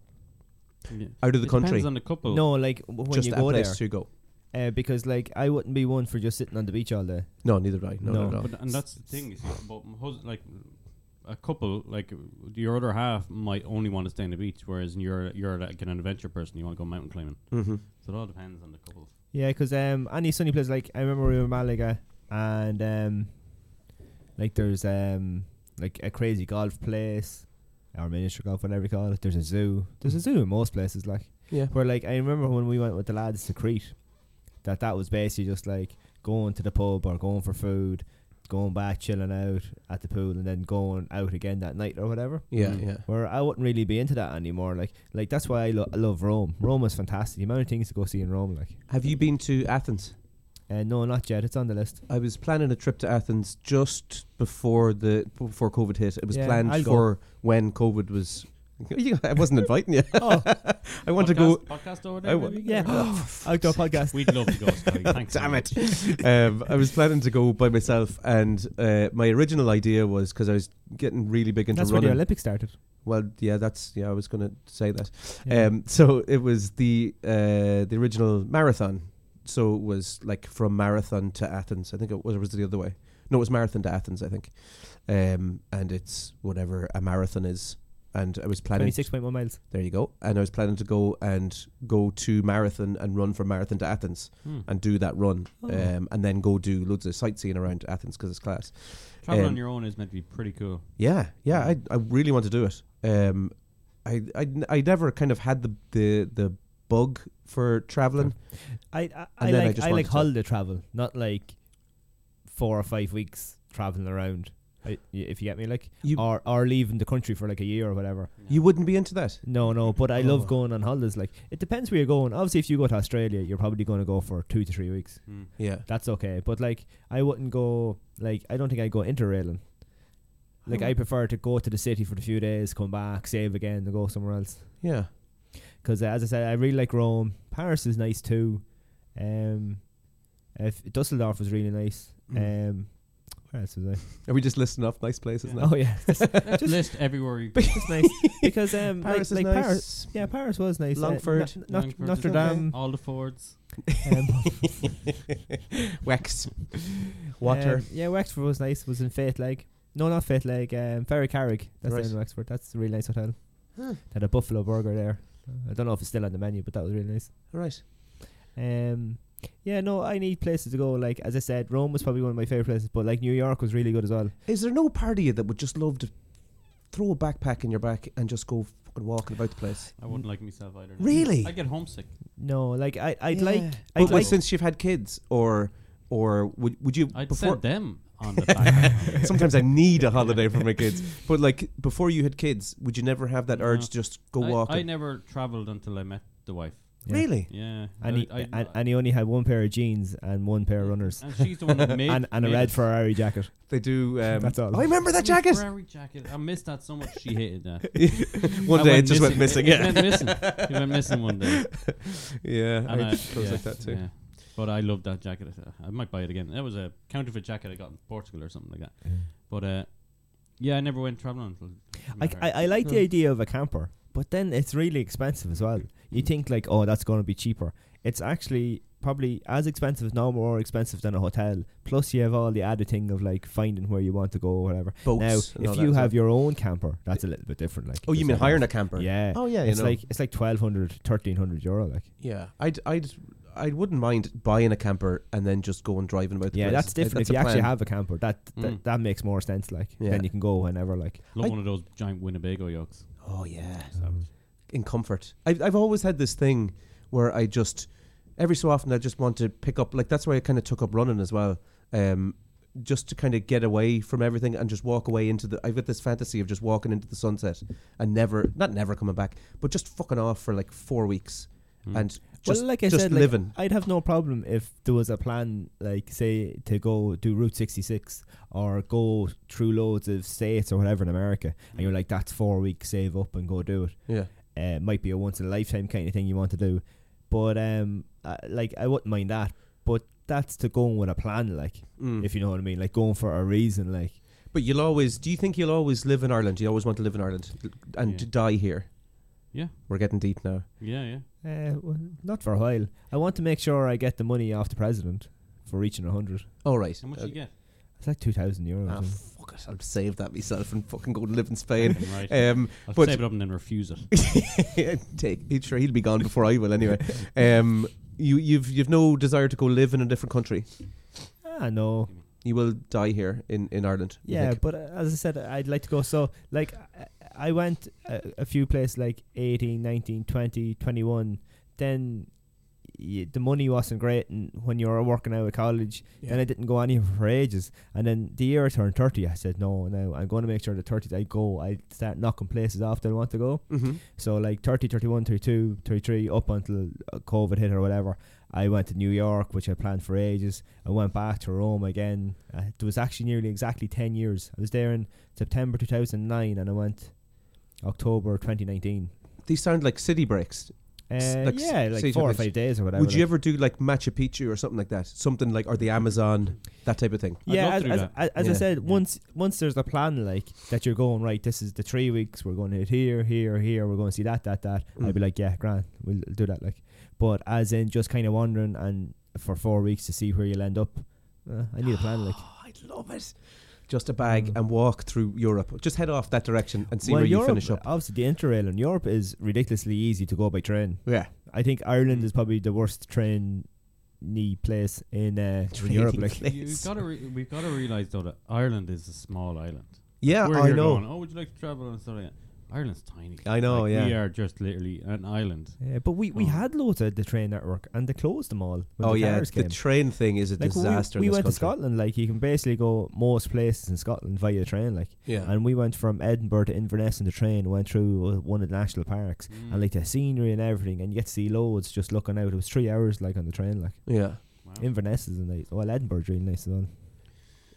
S3: Yeah.
S2: out of
S3: It
S2: the
S3: depends
S2: country?
S3: on the couple.
S1: No, like w- when
S2: just
S1: you
S2: a
S1: go there,
S2: place to go.
S1: uh, because like I wouldn't be one for just sitting on the beach all day.
S2: No, neither do I. No,
S1: No.
S2: no, no.
S3: But, and that's the thing. Is you- but my hus- like a couple like your other half might only want to stay on the beach, whereas you're you're like an adventure person. You want to go mountain climbing.
S2: Mm-hmm.
S3: So it all depends on the couple.
S1: Yeah, because um, any sunny place like I remember we were in Malaga, and um, like there's um, like a crazy golf place, or miniature golf, whatever you call it. There's a zoo. There's a
S3: Hmm.
S1: zoo in most places. Like
S2: Yeah.
S1: where like I remember when we went with the lads to Crete, that that was basically just like going to the pub or going for food, going back chilling out at the pool, and then going out again that night or whatever.
S2: Yeah,
S3: Mm.
S2: yeah.
S1: Where I wouldn't really be into that anymore. Like like that's why I, lo- I love Rome. Rome is fantastic. The amount of things to go see in Rome. Like
S2: Have you been to Athens?
S1: uh, no, not yet. It's on the list.
S2: I was planning a trip to Athens just before the before COVID hit. It was
S1: Yeah,
S2: planned
S1: I'll go.
S2: for when COVID was. I wasn't inviting you.
S1: Oh.
S2: I want to go.
S3: podcast over
S2: I
S3: there.
S2: wa-
S3: maybe?
S1: Yeah. Outdoor podcast.
S3: We'd love to go. Scotty. Thanks. so
S2: Damn
S3: much.
S2: it! um, I was planning to go by myself, and uh, my original idea was because I was getting really big into
S1: That's where
S2: running.
S1: the Olympics started.
S2: Well, yeah, that's yeah. I was going to say that.
S1: Yeah.
S2: Um, so it was the uh, the original marathon. So it was like from marathon to Athens. I think it was or was it the other way. No, it was marathon to Athens. I think, um, and it's whatever a marathon is. And I was planning.
S1: 26.1 miles.
S2: There you go. And I was planning to go and go to marathon and run from marathon to Athens
S3: Hmm.
S2: and do that run,
S1: Oh.
S2: um, and then go do loads of sightseeing around Athens because it's class.
S3: Travel
S2: Um,
S3: on your own is meant to be pretty cool.
S2: Yeah, yeah, I I really want to do it. Um, I I, I never kind of had the the the bug for traveling.
S1: I I, I
S2: And then I
S1: like
S2: just
S1: I, like
S2: wanted to-
S1: holiday travel, not like four or five weeks traveling around. I, y- if you get me, like
S2: You-
S1: or or leaving the country for like a year or whatever.
S2: You wouldn't be into that.
S1: No, no, but I
S2: Oh.
S1: love going on holidays. Like it depends where you're going. Obviously, if you go to Australia, you're probably going to go for two to three weeks.
S3: Mm.
S2: Yeah,
S1: That's okay. But like, I wouldn't go. Like, I don't think I'd go interrailing.
S2: Oh.
S1: Like, I prefer to go to the city for a few days, come back, save again, and go somewhere else.
S2: yeah.
S1: because uh, as I said, I really like Rome. Paris is nice too. Um, if Dusseldorf was really nice.
S2: Mm.
S1: Um, where else was I?
S2: Are we just listing off nice places now?
S1: Oh yeah,
S3: Let's list everywhere you go.
S1: it's nice because um,
S2: Paris
S1: like,
S2: is
S1: like
S2: nice.
S1: Paris. Yeah, Paris was nice.
S2: Longford.
S1: uh, Not- not-
S3: Longford.
S1: Notre Dame.
S3: All the Fords.
S1: Um,
S2: Wax, water.
S1: um, yeah, Wexford was nice. Was in Faith Lake. No, not Faith Lake. Um, Ferry Carrig. That's
S2: Right.
S1: down in Wexford. That's a really nice hotel.
S2: Huh.
S1: They Had a buffalo burger there. I don't know if it's still on the menu, but that was really nice.
S2: right.
S1: Um, yeah, no, I need places to go. Like as I said, Rome was probably one of my favorite places, but like New York was really good as well.
S2: Is there no part of you that would just love to throw a backpack in your back and just go fucking walking about the place?
S3: I wouldn't like myself either.
S2: Really?
S3: I get homesick.
S1: No, like I, I'd
S2: Yeah.
S1: like, I'd
S2: But wait,
S1: like.
S2: since you've had kids, or or would would you
S3: I'd
S2: before
S3: send them on the back.
S2: Sometimes I need a holiday for my kids. But like before you had kids, would you never have that urge
S3: No.
S2: to just go
S3: I,
S2: walking?
S3: I never travelled until I met the wife.
S1: Yeah.
S2: Really?
S3: Yeah.
S1: and,
S3: I-
S1: he,
S3: I-
S1: and, and he only had one pair of jeans and one pair of runners,
S3: and she's the one that made
S1: and, and a
S3: made
S1: red
S3: it.
S1: Ferrari jacket.
S2: They do. Um,
S1: That's all.
S2: I remember that jacket.
S3: Ferrari jacket. I missed that so much. She hated that.
S2: one
S3: I
S2: day it just went missing.
S3: It,
S2: Yeah,
S3: it went missing. It went missing one day.
S2: yeah. I
S3: And I-
S2: had clothes
S3: yeah,
S2: like that too.
S3: yeah. But I love that jacket. I said, I might buy it again. That was a counterfeit jacket I got in Portugal or something like that. But uh, yeah, I never went traveling until. I
S1: I,
S3: met her.
S1: I, I like the
S2: Yeah.
S1: idea of a camper, but then it's really expensive as well. You think like, oh, that's going to be cheaper. It's actually probably as expensive, if not more expensive than a hotel. Plus, you have all the added thing of like finding where you want to go or whatever.
S2: Boats
S1: now,
S2: and all
S1: if
S2: that
S1: you
S2: as
S1: have
S2: well.
S1: your own camper, that's a little bit different. Like,
S2: Oh, you
S1: there's
S2: mean
S1: no
S2: hiring a
S1: difference.
S2: camper?
S1: Yeah.
S2: Oh yeah. You
S1: it's
S2: know.
S1: like it's like 1200 1300 euro like
S2: yeah. I'd I'd I wouldn't mind buying a camper and then just go and driving about the
S1: yeah
S2: place.
S1: that's different
S2: That's
S1: if
S2: a
S1: you actually
S2: plan.
S1: have a camper that that,
S3: Mm.
S1: that makes more sense like
S2: Yeah.
S1: then you can go whenever like
S3: love
S2: I-
S3: one of those giant Winnebago yokes.
S2: Oh yeah.
S3: Savage.
S2: in comfort. I've, I've always had this thing where I just every so often I just want to pick up like that's why I kind of took up running as well. Um, just to kind of get away from everything and just walk away into the. I've got this fantasy of just walking into the sunset and never, not never coming back, but just fucking off for like four weeks and just
S1: Hmm. well, like I
S2: just
S1: said, like,
S2: living.
S1: I'd have no problem if there was a plan, like say to go do Route 66 or go through loads of states or whatever in America, and you're like, that's four weeks, save up and go do it.
S2: yeah,
S1: Uh, it might be a once in a lifetime kind of thing you want to do, but um, uh, like I wouldn't mind that. But that's to going with a plan, like
S2: Mm.
S1: if you know what I mean, like going for a reason, like
S2: but you'll always. Do you think you'll always live in Ireland? You always want to live in Ireland and
S3: Yeah.
S2: to die here.
S3: Yeah.
S2: We're getting deep now.
S3: Yeah, yeah.
S1: uh, well, not for a while. I want to make sure I get the money off the president for reaching a hundred.
S2: All right.
S3: How much
S2: Uh,
S3: you get?
S1: It's like two thousand euros.
S2: ah,
S1: or something.
S2: fuck fuck it, I'll save that myself and fucking go and live in Spain.
S3: Right.
S2: Um,
S3: I'll
S2: but-
S3: save it up and then refuse it.
S2: take he'd- sure he'll be gone before I will anyway. Um, you you've you've no desire to go live in a different country.
S1: Ah, no.
S2: You will die here in in Ireland. you
S1: Yeah,
S2: think.
S1: but uh, as I said, I'd like to go. So, like, I, I went a, a few places like 18, 19, 20, 21. Then y- the money wasn't great and when you were working out of college. Then I didn't go anywhere for ages. And then the year I turned 30, I said, no, no, I'm going to make sure the 30s I go, I start knocking places off that I want to go.
S2: Mhm.
S1: So like 30, 31, 32, 33, up until uh, COVID hit or whatever, I went to New York, which I planned for ages. I went back to Rome again. Uh, it was actually nearly exactly 10 years. I was there in September 2009 and I went October 2019.
S2: these sound like city breaks.
S1: Uh,
S2: S- like s-
S1: yeah,
S2: so you
S1: like four or
S2: took like-
S1: five days or whatever.
S2: Would you
S1: like.
S2: ever do like Machu Picchu or something like that? Something like or the Amazon, that type of thing.
S3: I'd
S1: yeah,
S3: love
S1: as,
S3: to do
S1: as,
S3: that.
S1: as, as
S2: Yeah.
S1: I said, once once there's a plan like that, you're going right. This is the three weeks we're going to hit here, here, here. We're going to see that, that, that. I'd be
S2: Mm.
S1: like, yeah, grand, we'll do that. Like, but as in just kind of wandering and for four weeks to see where you'll end up. Uh, I need a plan. Like,
S2: Oh, I love it. Just a bag and walk through Europe. Just head off that direction and see where
S1: Europe, uh,
S2: you finish up.
S1: Obviously, the interrail in Europe is ridiculously easy to go by train.
S2: yeah.
S1: I think
S2: Mm.
S1: Ireland is probably the worst train knee place in, uh, in Europe.
S2: Training
S1: Like,
S3: You've got to re- we've got to realize though that Ireland is a small island.
S2: Yeah,
S3: We're
S2: I
S3: here
S2: know.
S3: Going, oh, would you like to travel on Saturday? Ireland's tiny.
S2: I know,
S3: Like,
S2: yeah.
S3: we are just literally an island.
S1: yeah, but we, we
S3: Oh.
S1: had loads of the train network and they closed them all. When
S2: Oh
S1: the
S2: yeah,
S1: cars
S2: the
S1: came.
S2: train thing is a
S1: like when
S2: disaster.
S1: We, we
S2: in this
S1: went to
S2: country.
S1: Scotland. Like you can basically go most places in Scotland via train. Like
S2: Yeah.
S1: and we went from Edinburgh to Inverness in the train. Went through uh, one of the national parks and like the scenery and everything, and you get to see loads just looking out. It was three hours like on the train. Like
S2: Yeah.
S1: Inverness is a nice. Well, Edinburgh's really nice as well.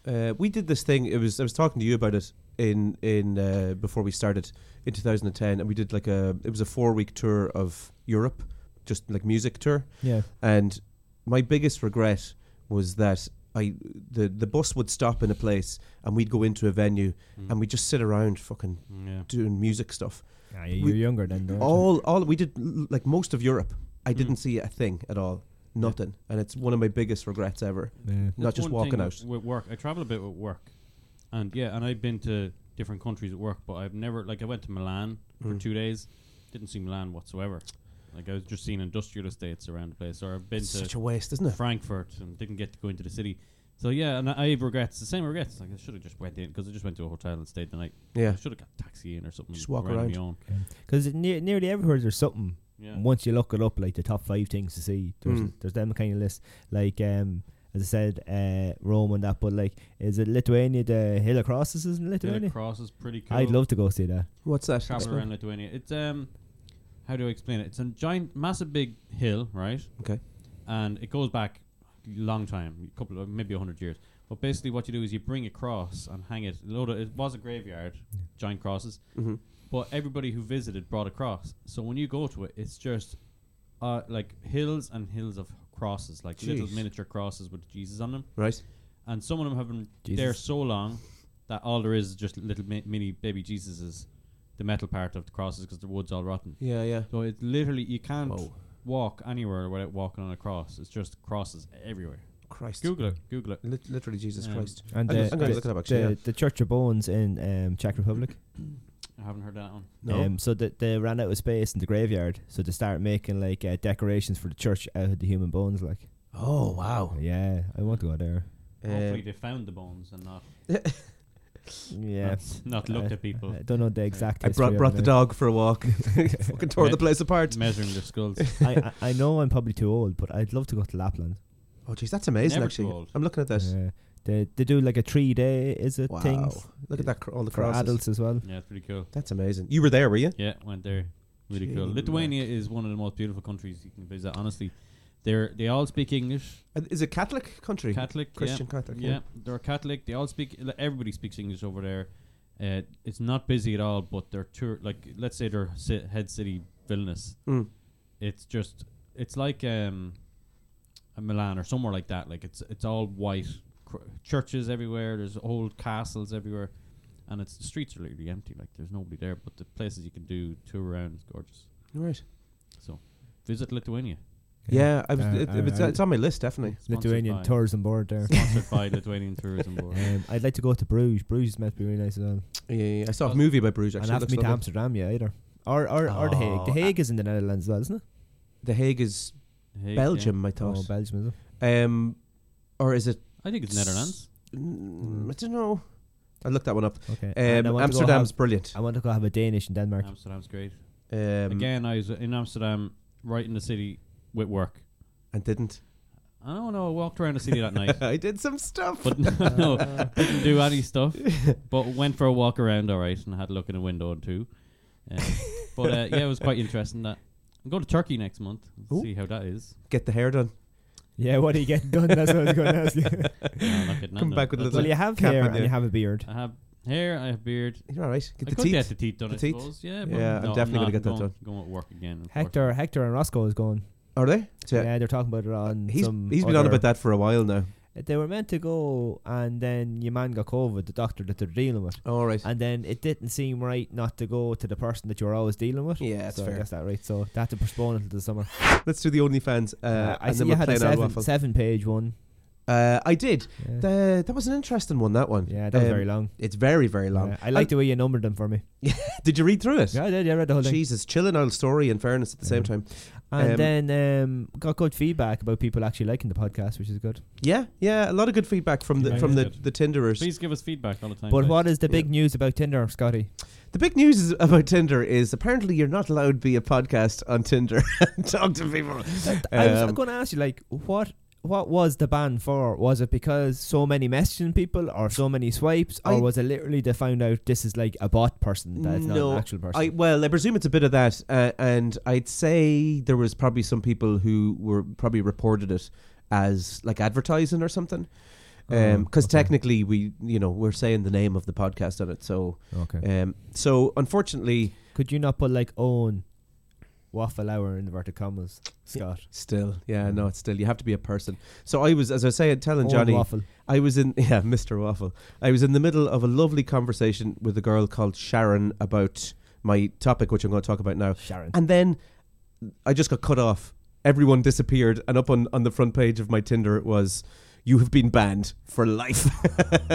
S2: Uh, we did this thing. It was I was talking to you about it in in uh, before we started in 2010, and we did like a it was a four week tour of Europe, just like music tour.
S1: Yeah.
S2: And my biggest regret was that I the the bus would stop in a place, and we'd go into a venue, and we'd just sit around fucking
S3: Yeah.
S2: doing music stuff.
S1: Ah, you
S2: We-
S1: were younger then, don't you?
S2: All all we did l- like most of Europe. I
S1: Hmm.
S2: didn't see a thing at all, nothing, and it's one of my biggest regrets ever.
S1: Yeah.
S2: Not just
S3: one
S2: walking
S3: thing
S2: out.
S3: with work. I travel a bit with work, and yeah, and I've been to different countries at work, but I've never like I went to Milan
S2: Mm.
S3: for two days, didn't see Milan whatsoever. Like I was just seeing industrial estates around the place, or I've been
S2: It's
S3: to
S2: such a waste, isn't it?
S3: Frankfurt and didn't get to go into the city. So yeah, and I I have regrets. The same regrets. Like I should have just went in because I just went to a hotel and stayed the night.
S2: Yeah.
S3: I should have got a taxi in or something.
S2: Just walk
S3: on
S2: around.
S3: my own.
S1: Because ne- nearly everywhere there's something.
S3: Yeah.
S1: And Once you look it up, like the top five things to see, there's there's them kind of list. Like um, as I said, uh, Rome and that. But like, is it Lithuania? The Hill of Crosses is in
S3: Did
S1: Lithuania.
S3: cross is pretty cool.
S1: I'd love to go see that.
S2: What's that?
S3: travel around Lithuania. It's um, how do I explain it? It's a giant, massive, big hill, right?
S2: Okay.
S3: and it goes back a long time, a couple of maybe a hundred years. But basically, what you do is you bring a cross and hang it. A load of, it was a graveyard, giant crosses.
S2: Mm-hmm.
S3: But everybody who visited brought a cross. So when you go to it, it's just uh, like hills and hills of crosses, like little
S2: Jeez.
S3: miniature crosses with Jesus on them.
S2: Right.
S3: And some of them have been
S1: Jesus.
S3: there so long that all there is is just little mi- mini baby Jesuses, the metal part of the crosses because the wood's all rotten.
S2: Yeah, yeah.
S3: So it's literally you can't
S2: Whoa.
S3: walk anywhere without walking on a cross. It's just crosses everywhere.
S2: Christ.
S3: Google it. Google it.
S2: Lit- literally Jesus
S3: Um,
S2: Christ.
S1: And
S2: I'm,
S1: the,
S2: just- I'm
S1: the-
S2: going to look it up actually.
S1: the,
S2: yeah.
S1: the Church of Bones in um, Czech Republic.
S3: I haven't heard that one.
S2: No.
S1: Um, so that they ran out of space in the graveyard, so they started making like uh, decorations for the church out of the human bones. Like,
S2: oh wow.
S1: yeah, I want to go there.
S3: Hopefully
S2: Um,
S3: they found the bones and not
S1: Yeah.
S3: not, not looked
S2: uh,
S3: at people
S1: I don't know the exact.
S2: I brought
S1: history of
S2: brought the
S1: it.
S2: dog for a walk. Fucking tore the place apart.
S3: measuring their skulls.
S1: I, I I know I'm probably too old, but I'd love to go to Lapland.
S2: Oh jeez, that's amazing
S3: Never too
S2: actually.
S3: old.
S2: I'm looking at this.
S1: Yeah. They they do like a three day is it
S2: Wow.
S1: things
S2: Look at that cr- all the
S1: for
S2: crosses.
S1: adults as well.
S3: yeah, it's pretty cool.
S2: That's amazing. You were there, were you?
S3: Yeah, went there. Really cool.
S2: Gee,
S3: Lithuania is one of the most beautiful countries you can visit. Honestly, they're they all speak English.
S2: Uh, Is it Catholic country?
S3: Catholic, yeah.
S2: Christian Catholic.
S3: Yeah, they're Catholic. They all speak. li- Everybody speaks English over there. Uh, it's not busy at all, but their tour, like let's say their si- head city Vilnius,
S2: Mm.
S3: it's just it's like um, a Milan or somewhere like that. Like it's it's all white cr- churches everywhere. There's old castles everywhere, and it's the streets are literally empty. Like there's nobody there, but the places you can do tour around is gorgeous.
S2: Right.
S3: So visit Lithuania.
S2: Yeah, I was,
S1: Uh,
S2: it, it was,
S1: uh,
S2: it's on my list definitely.
S3: Sponsored
S1: Lithuanian
S3: by-
S1: tourism board there.
S3: Sponsored by Lithuanian Tourism Board.
S1: um, I'd like to go to Bruges. Bruges is meant to be really nice as well.
S2: Yeah, yeah, yeah. I saw a movie by Bruges.
S1: and
S2: Actually,
S1: after
S2: Looks
S1: me to
S2: lovely.
S1: Amsterdam, yeah, either. Or or, or the Hague.
S2: Oh,
S1: The Hague is in the Netherlands as well, isn't it?
S2: The Hague is
S3: Hey,
S2: Belgium, I thought.
S1: Oh, Belgium, is it?
S2: um, or is it?
S3: yeah. I think it's
S2: S-
S3: Netherlands.
S2: Mm, I don't know. I looked that one up.
S1: Okay. And I
S2: Um,
S1: want to go
S2: Amsterdam's
S1: have-
S2: brilliant.
S1: I want to go have a Danish in Denmark.
S3: Amsterdam's great.
S2: Um,
S3: Again, I was in Amsterdam, right in the city with work.
S2: and didn't.
S3: I don't know. I walked around the city that night,
S2: I did some stuff.
S3: but no, didn't do any stuff. But went for a walk around, all right, and had a look in the window and two. Uh, but uh, yeah, it was quite interesting. That I'm going to Turkey next month.
S2: Ooh.
S3: See how that is.
S2: Get the hair done.
S1: Yeah, what are you getting done? That's what I was going to ask you.
S3: No, I'm not getting that
S2: Come
S3: done.
S2: back with a
S3: That's
S1: well,
S2: little-
S3: it.
S1: you have
S2: Cap
S1: hair
S2: on
S1: and
S2: you.
S1: you have a beard.
S3: I have hair. I have beard.
S2: You're all right. Get
S3: I
S2: the
S3: could
S2: teeth.
S3: get the teeth done.
S2: The
S3: I
S2: teeth?
S3: suppose. Yeah, but
S2: Yeah, I'm
S3: no,
S2: definitely gonna
S3: not
S2: get that
S3: going,
S2: done.
S3: Going to work again.
S1: Hector, Hector, and Roscoe is going.
S2: Are they?
S1: Yeah,
S2: Yeah.
S1: they're talking about it on.
S2: He's
S1: some
S2: he's been on
S1: other-
S2: about that for a while now.
S1: They were meant to go, and then your man got COVID. The doctor that they're dealing with.
S2: All right.
S1: And then it didn't seem right not to go to the person that you're always dealing with.
S2: Yeah, that's
S1: so
S2: fair.
S1: I guess that right. So they had to postpone it until the summer.
S2: Let's do the OnlyFans. Uh,
S1: Uh, I
S2: and
S1: see
S2: then
S1: you
S2: we'll
S1: had
S2: play
S1: a
S2: an
S1: seven,
S2: waffle.
S1: seven page one.
S2: Uh, I did.
S1: Yeah,
S2: The, that was an interesting one. That one.
S1: Yeah, that was
S2: Um,
S1: very long.
S2: It's very very long.
S1: Yeah, I like
S2: I-
S1: the way you numbered them for me.
S2: Did you read through it?
S1: Yeah, I did. Yeah, I read the whole thing.
S2: Jesus, chilling old story. In fairness, at the
S1: Yeah.
S2: same time.
S1: And
S2: Um,
S1: then um, got good feedback about people actually liking the podcast, which is good.
S2: Yeah, yeah, a lot of good feedback from the
S3: Feedback
S2: from
S3: is
S2: the
S3: good.
S2: the Tinderers.
S3: Please give us feedback all the time.
S1: But
S3: guys.
S1: what is the
S2: Yeah.
S1: big news about Tinder, Scotty?
S2: The big news is about Tinder is apparently you're not allowed to be a podcast on Tinder and talk to people.
S1: I was
S2: Um,
S1: going to ask you, like, what what was the ban for? Was it because so many messaging people, or so many swipes, or
S2: I-
S1: was it literally they found out this is like a bot person that's not
S2: No,
S1: an actual person?
S2: I well, I presume it's a bit of that, uh, and I'd say there was probably some people who were probably reported it as like advertising or something. Because
S1: Oh, okay.
S2: technically, we you know we're saying the name of the podcast on it, so
S1: okay.
S2: um, so unfortunately,
S1: Could you not put like own waffle hour in inverted commas, Scott?
S2: still, yeah,
S1: Mm.
S2: no, it's still you have to be a person. So I was, as I say, telling
S1: Own
S2: Johnny,
S1: waffle.
S2: I was in yeah, Mr. Waffle. I was in the middle of a lovely conversation with a girl called Sharon about my topic, which I'm going to talk about now.
S1: Sharon.
S2: And then I just got cut off. Everyone disappeared, and up on, on the front page of my Tinder it was, "You have been banned for life."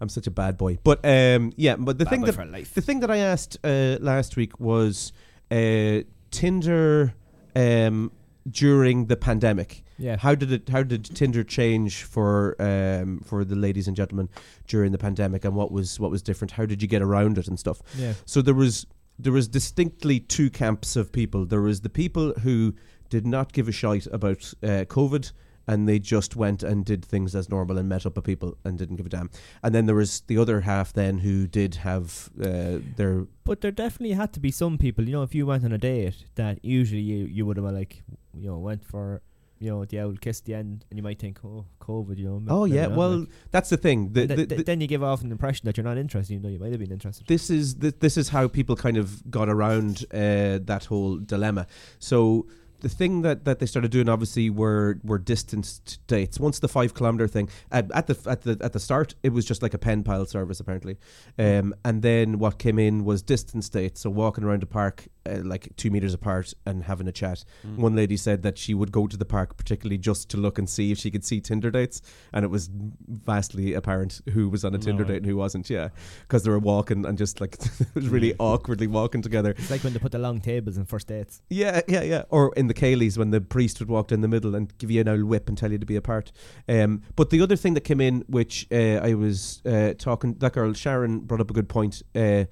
S2: I'm such a bad boy, but um, yeah. But the
S1: Bad
S2: thing
S1: boy
S2: that
S1: for life.
S2: the thing that I asked uh, last week was uh, Tinder um, during the pandemic.
S1: Yeah.
S2: How did it? How did Tinder change for um, for the ladies and gentlemen during the pandemic, and what was what was different? How did you get around it and stuff?
S1: Yeah.
S2: So there was there was distinctly two camps of people. There was the people who did not give a shite about uh, COVID. And they just went and did things as normal and met up with people and didn't give a damn. And then there was the other half then who did have uh, their
S1: But there definitely had to be some people, you know, if you went on a date that usually you, you would have like, you know, went for, you know, the old kiss at the end, and you might think, oh, COVID, you know. m-
S2: oh
S1: maybe
S2: yeah.
S1: not,
S2: Well,
S1: like.
S2: that's the thing. The,
S1: And th-
S2: the-
S1: th-
S2: the-
S1: then you give off an impression that you're not interested, even though you might have been interested.
S2: this is th- this is how people kind of got around uh, that whole dilemma. So the thing that, that they started doing obviously were were distanced dates. Once the five kilometer thing at, at the at the at the start, it was just like a pen pal service apparently, um, and then what came in was distance dates. So walking around the park uh, like two meters apart and having a chat. One lady said that she would go to the park particularly just to look and see if she could see Tinder dates, and it was vastly apparent who was on a Tinder
S3: way.
S2: date and who wasn't. Yeah, because they were walking and just like it was really awkwardly walking together.
S1: It's like when they put the long tables in first dates.
S2: Yeah, yeah, yeah. Or in the Cayleys when the priest would walk down the middle and give you an old whip and tell you to be apart. Um, but the other thing that came in, which uh, I was uh, talking, that girl Sharon brought up a good point, uh,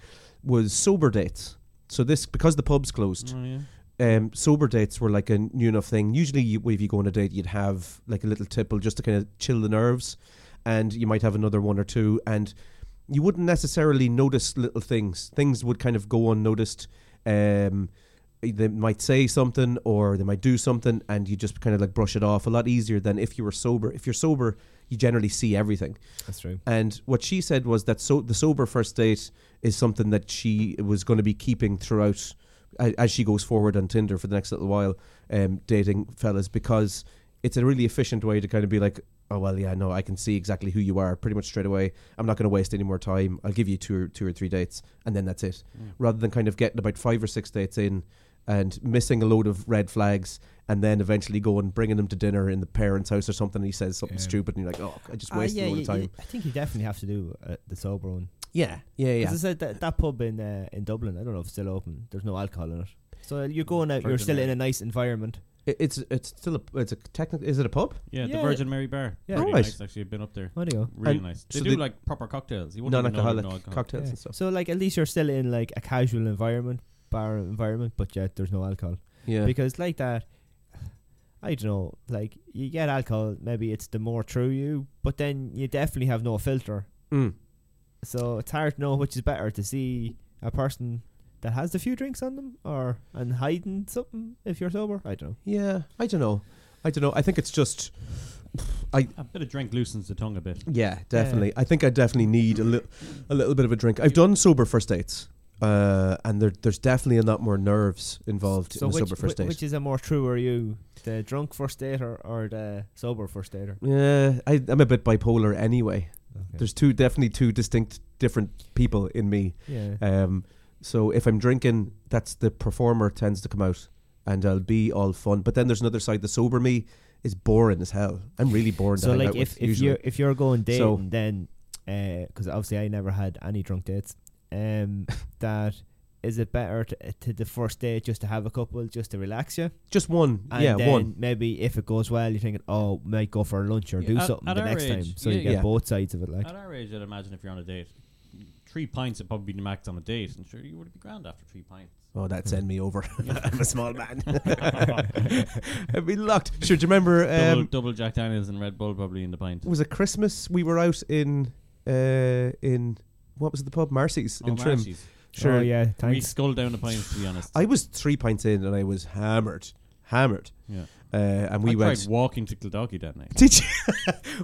S2: was sober dates. So this because the pubs closed,
S3: Oh, yeah.
S2: um, sober dates were like a new enough thing. Usually, you, if you go on a date, you'd have like a little tipple just to kind of chill the nerves, and you might have another one or two, and you wouldn't necessarily notice little things. Things would kind of go unnoticed. Um, they might say something or they might do something, and you just kind of like brush it off a lot easier than if you were sober. If you're sober, you generally see everything.
S1: That's true.
S2: And what she said was that so the sober first date is something that she was going to be keeping throughout a- as she goes forward on Tinder for the next little while, um, dating fellas because it's a really efficient way to kind of be like, oh well, yeah, no, I can see exactly who you are pretty much straight away. I'm not going to waste any more
S1: Mm.
S2: time. I'll give you two or two or three dates, and then that's it, rather than kind of getting about five or six dates in. and missing a load of red flags and then eventually going bringing them to dinner in the parents' house or something and he says something
S1: Yeah.
S2: stupid and you're like, oh, I just
S1: Ah,
S2: wasted
S1: yeah,
S2: a load
S1: yeah,
S2: of time.
S1: yeah. I think you definitely have to do uh, the sober one.
S2: Yeah, yeah, yeah.
S1: Because I said that, that pub in uh, in Dublin, I don't know if it's still open. There's no alcohol in it, so
S2: Mm,
S1: you're going out. You're
S3: Virgin
S1: still in
S3: Mary.
S1: a nice environment.
S2: It- It's it's still a it's a technical. Is it a pub?
S3: Yeah, the
S1: Yeah.
S3: Virgin Mary Bar.
S1: Yeah.
S3: Pretty
S2: Alright.
S3: nice, actually. I've been up there.
S1: What do you?
S3: Really
S2: And
S3: nice.
S2: so
S3: They
S2: the-
S3: do like proper cocktails. You wouldn't even know
S2: Non-alcoholic
S3: there's no alcohol.
S2: cocktails
S1: Yeah.
S2: and stuff.
S1: So like at least you're still in like a casual environment, bar environment, but yet there's no alcohol
S2: Yeah,
S1: because like that. I don't know. Like you get alcohol, maybe it's the more true you, but then you definitely have no filter.
S2: Mm.
S1: So it's hard to know which is better to see a person that has the few drinks on them or and hiding something if you're sober. I don't know.
S2: yeah. I don't know. I don't know. I think it's just
S3: A bit of drink loosens the tongue a bit.
S2: Yeah, definitely. I think I definitely need a little, a little bit of a drink. I've done sober first dates, uh, and there, there's definitely a lot more nerves involved
S1: So
S2: in a
S1: which,
S2: sober first
S1: whi-
S2: date.
S1: which is a more true are you, the drunk first dater or the sober first dater?
S2: yeah, I, I'm a bit bipolar anyway.
S1: Okay.
S2: There's two, definitely two distinct, different people in me.
S1: yeah.
S2: Um, so if I'm drinking, that's the performer tends to come out, and I'll be all fun. But then there's another side. The sober me is boring as hell. I'm really boring. to
S1: So
S2: hang
S1: like
S2: out
S1: if,
S2: with,
S1: if
S2: usually.
S1: you're if you're going dating,
S2: So-
S1: then because obviously I never had any drunk dates. Um, that is it better to, uh, to the first date just to have a couple just to relax you,
S2: just one,
S1: and
S2: yeah,
S1: then
S2: one.
S1: maybe if it goes well, you're thinking, oh, might go for lunch or
S3: Yeah,
S1: do
S3: at-
S1: something
S3: at
S1: the
S3: our
S1: next time.
S3: age,
S1: So
S3: yeah,
S1: you get
S2: yeah.
S1: both sides of it, like
S3: At our age, I'd imagine if you're on a date, three pints would probably be the max on a date, and sure you would be grand after three pints.
S2: Oh, that send me over. I'm a small man. I'd be locked. Sure, do you remember?
S3: Double,
S2: Um,
S3: double Jack Daniels and Red Bull probably in the pint.
S2: it was a Christmas. We were out in uh, in what was the pub? Marcy's
S3: Oh,
S2: in Trim.
S3: Marcy's.
S2: Sure.
S1: Oh, yeah,
S3: We
S1: thanks.
S3: sculled down the pint to be honest.
S2: I was three pints in and I was hammered, hammered.
S3: yeah.
S2: Uh, and we
S3: I
S2: went.
S3: tried walking to Kildaki that night.
S2: Did you?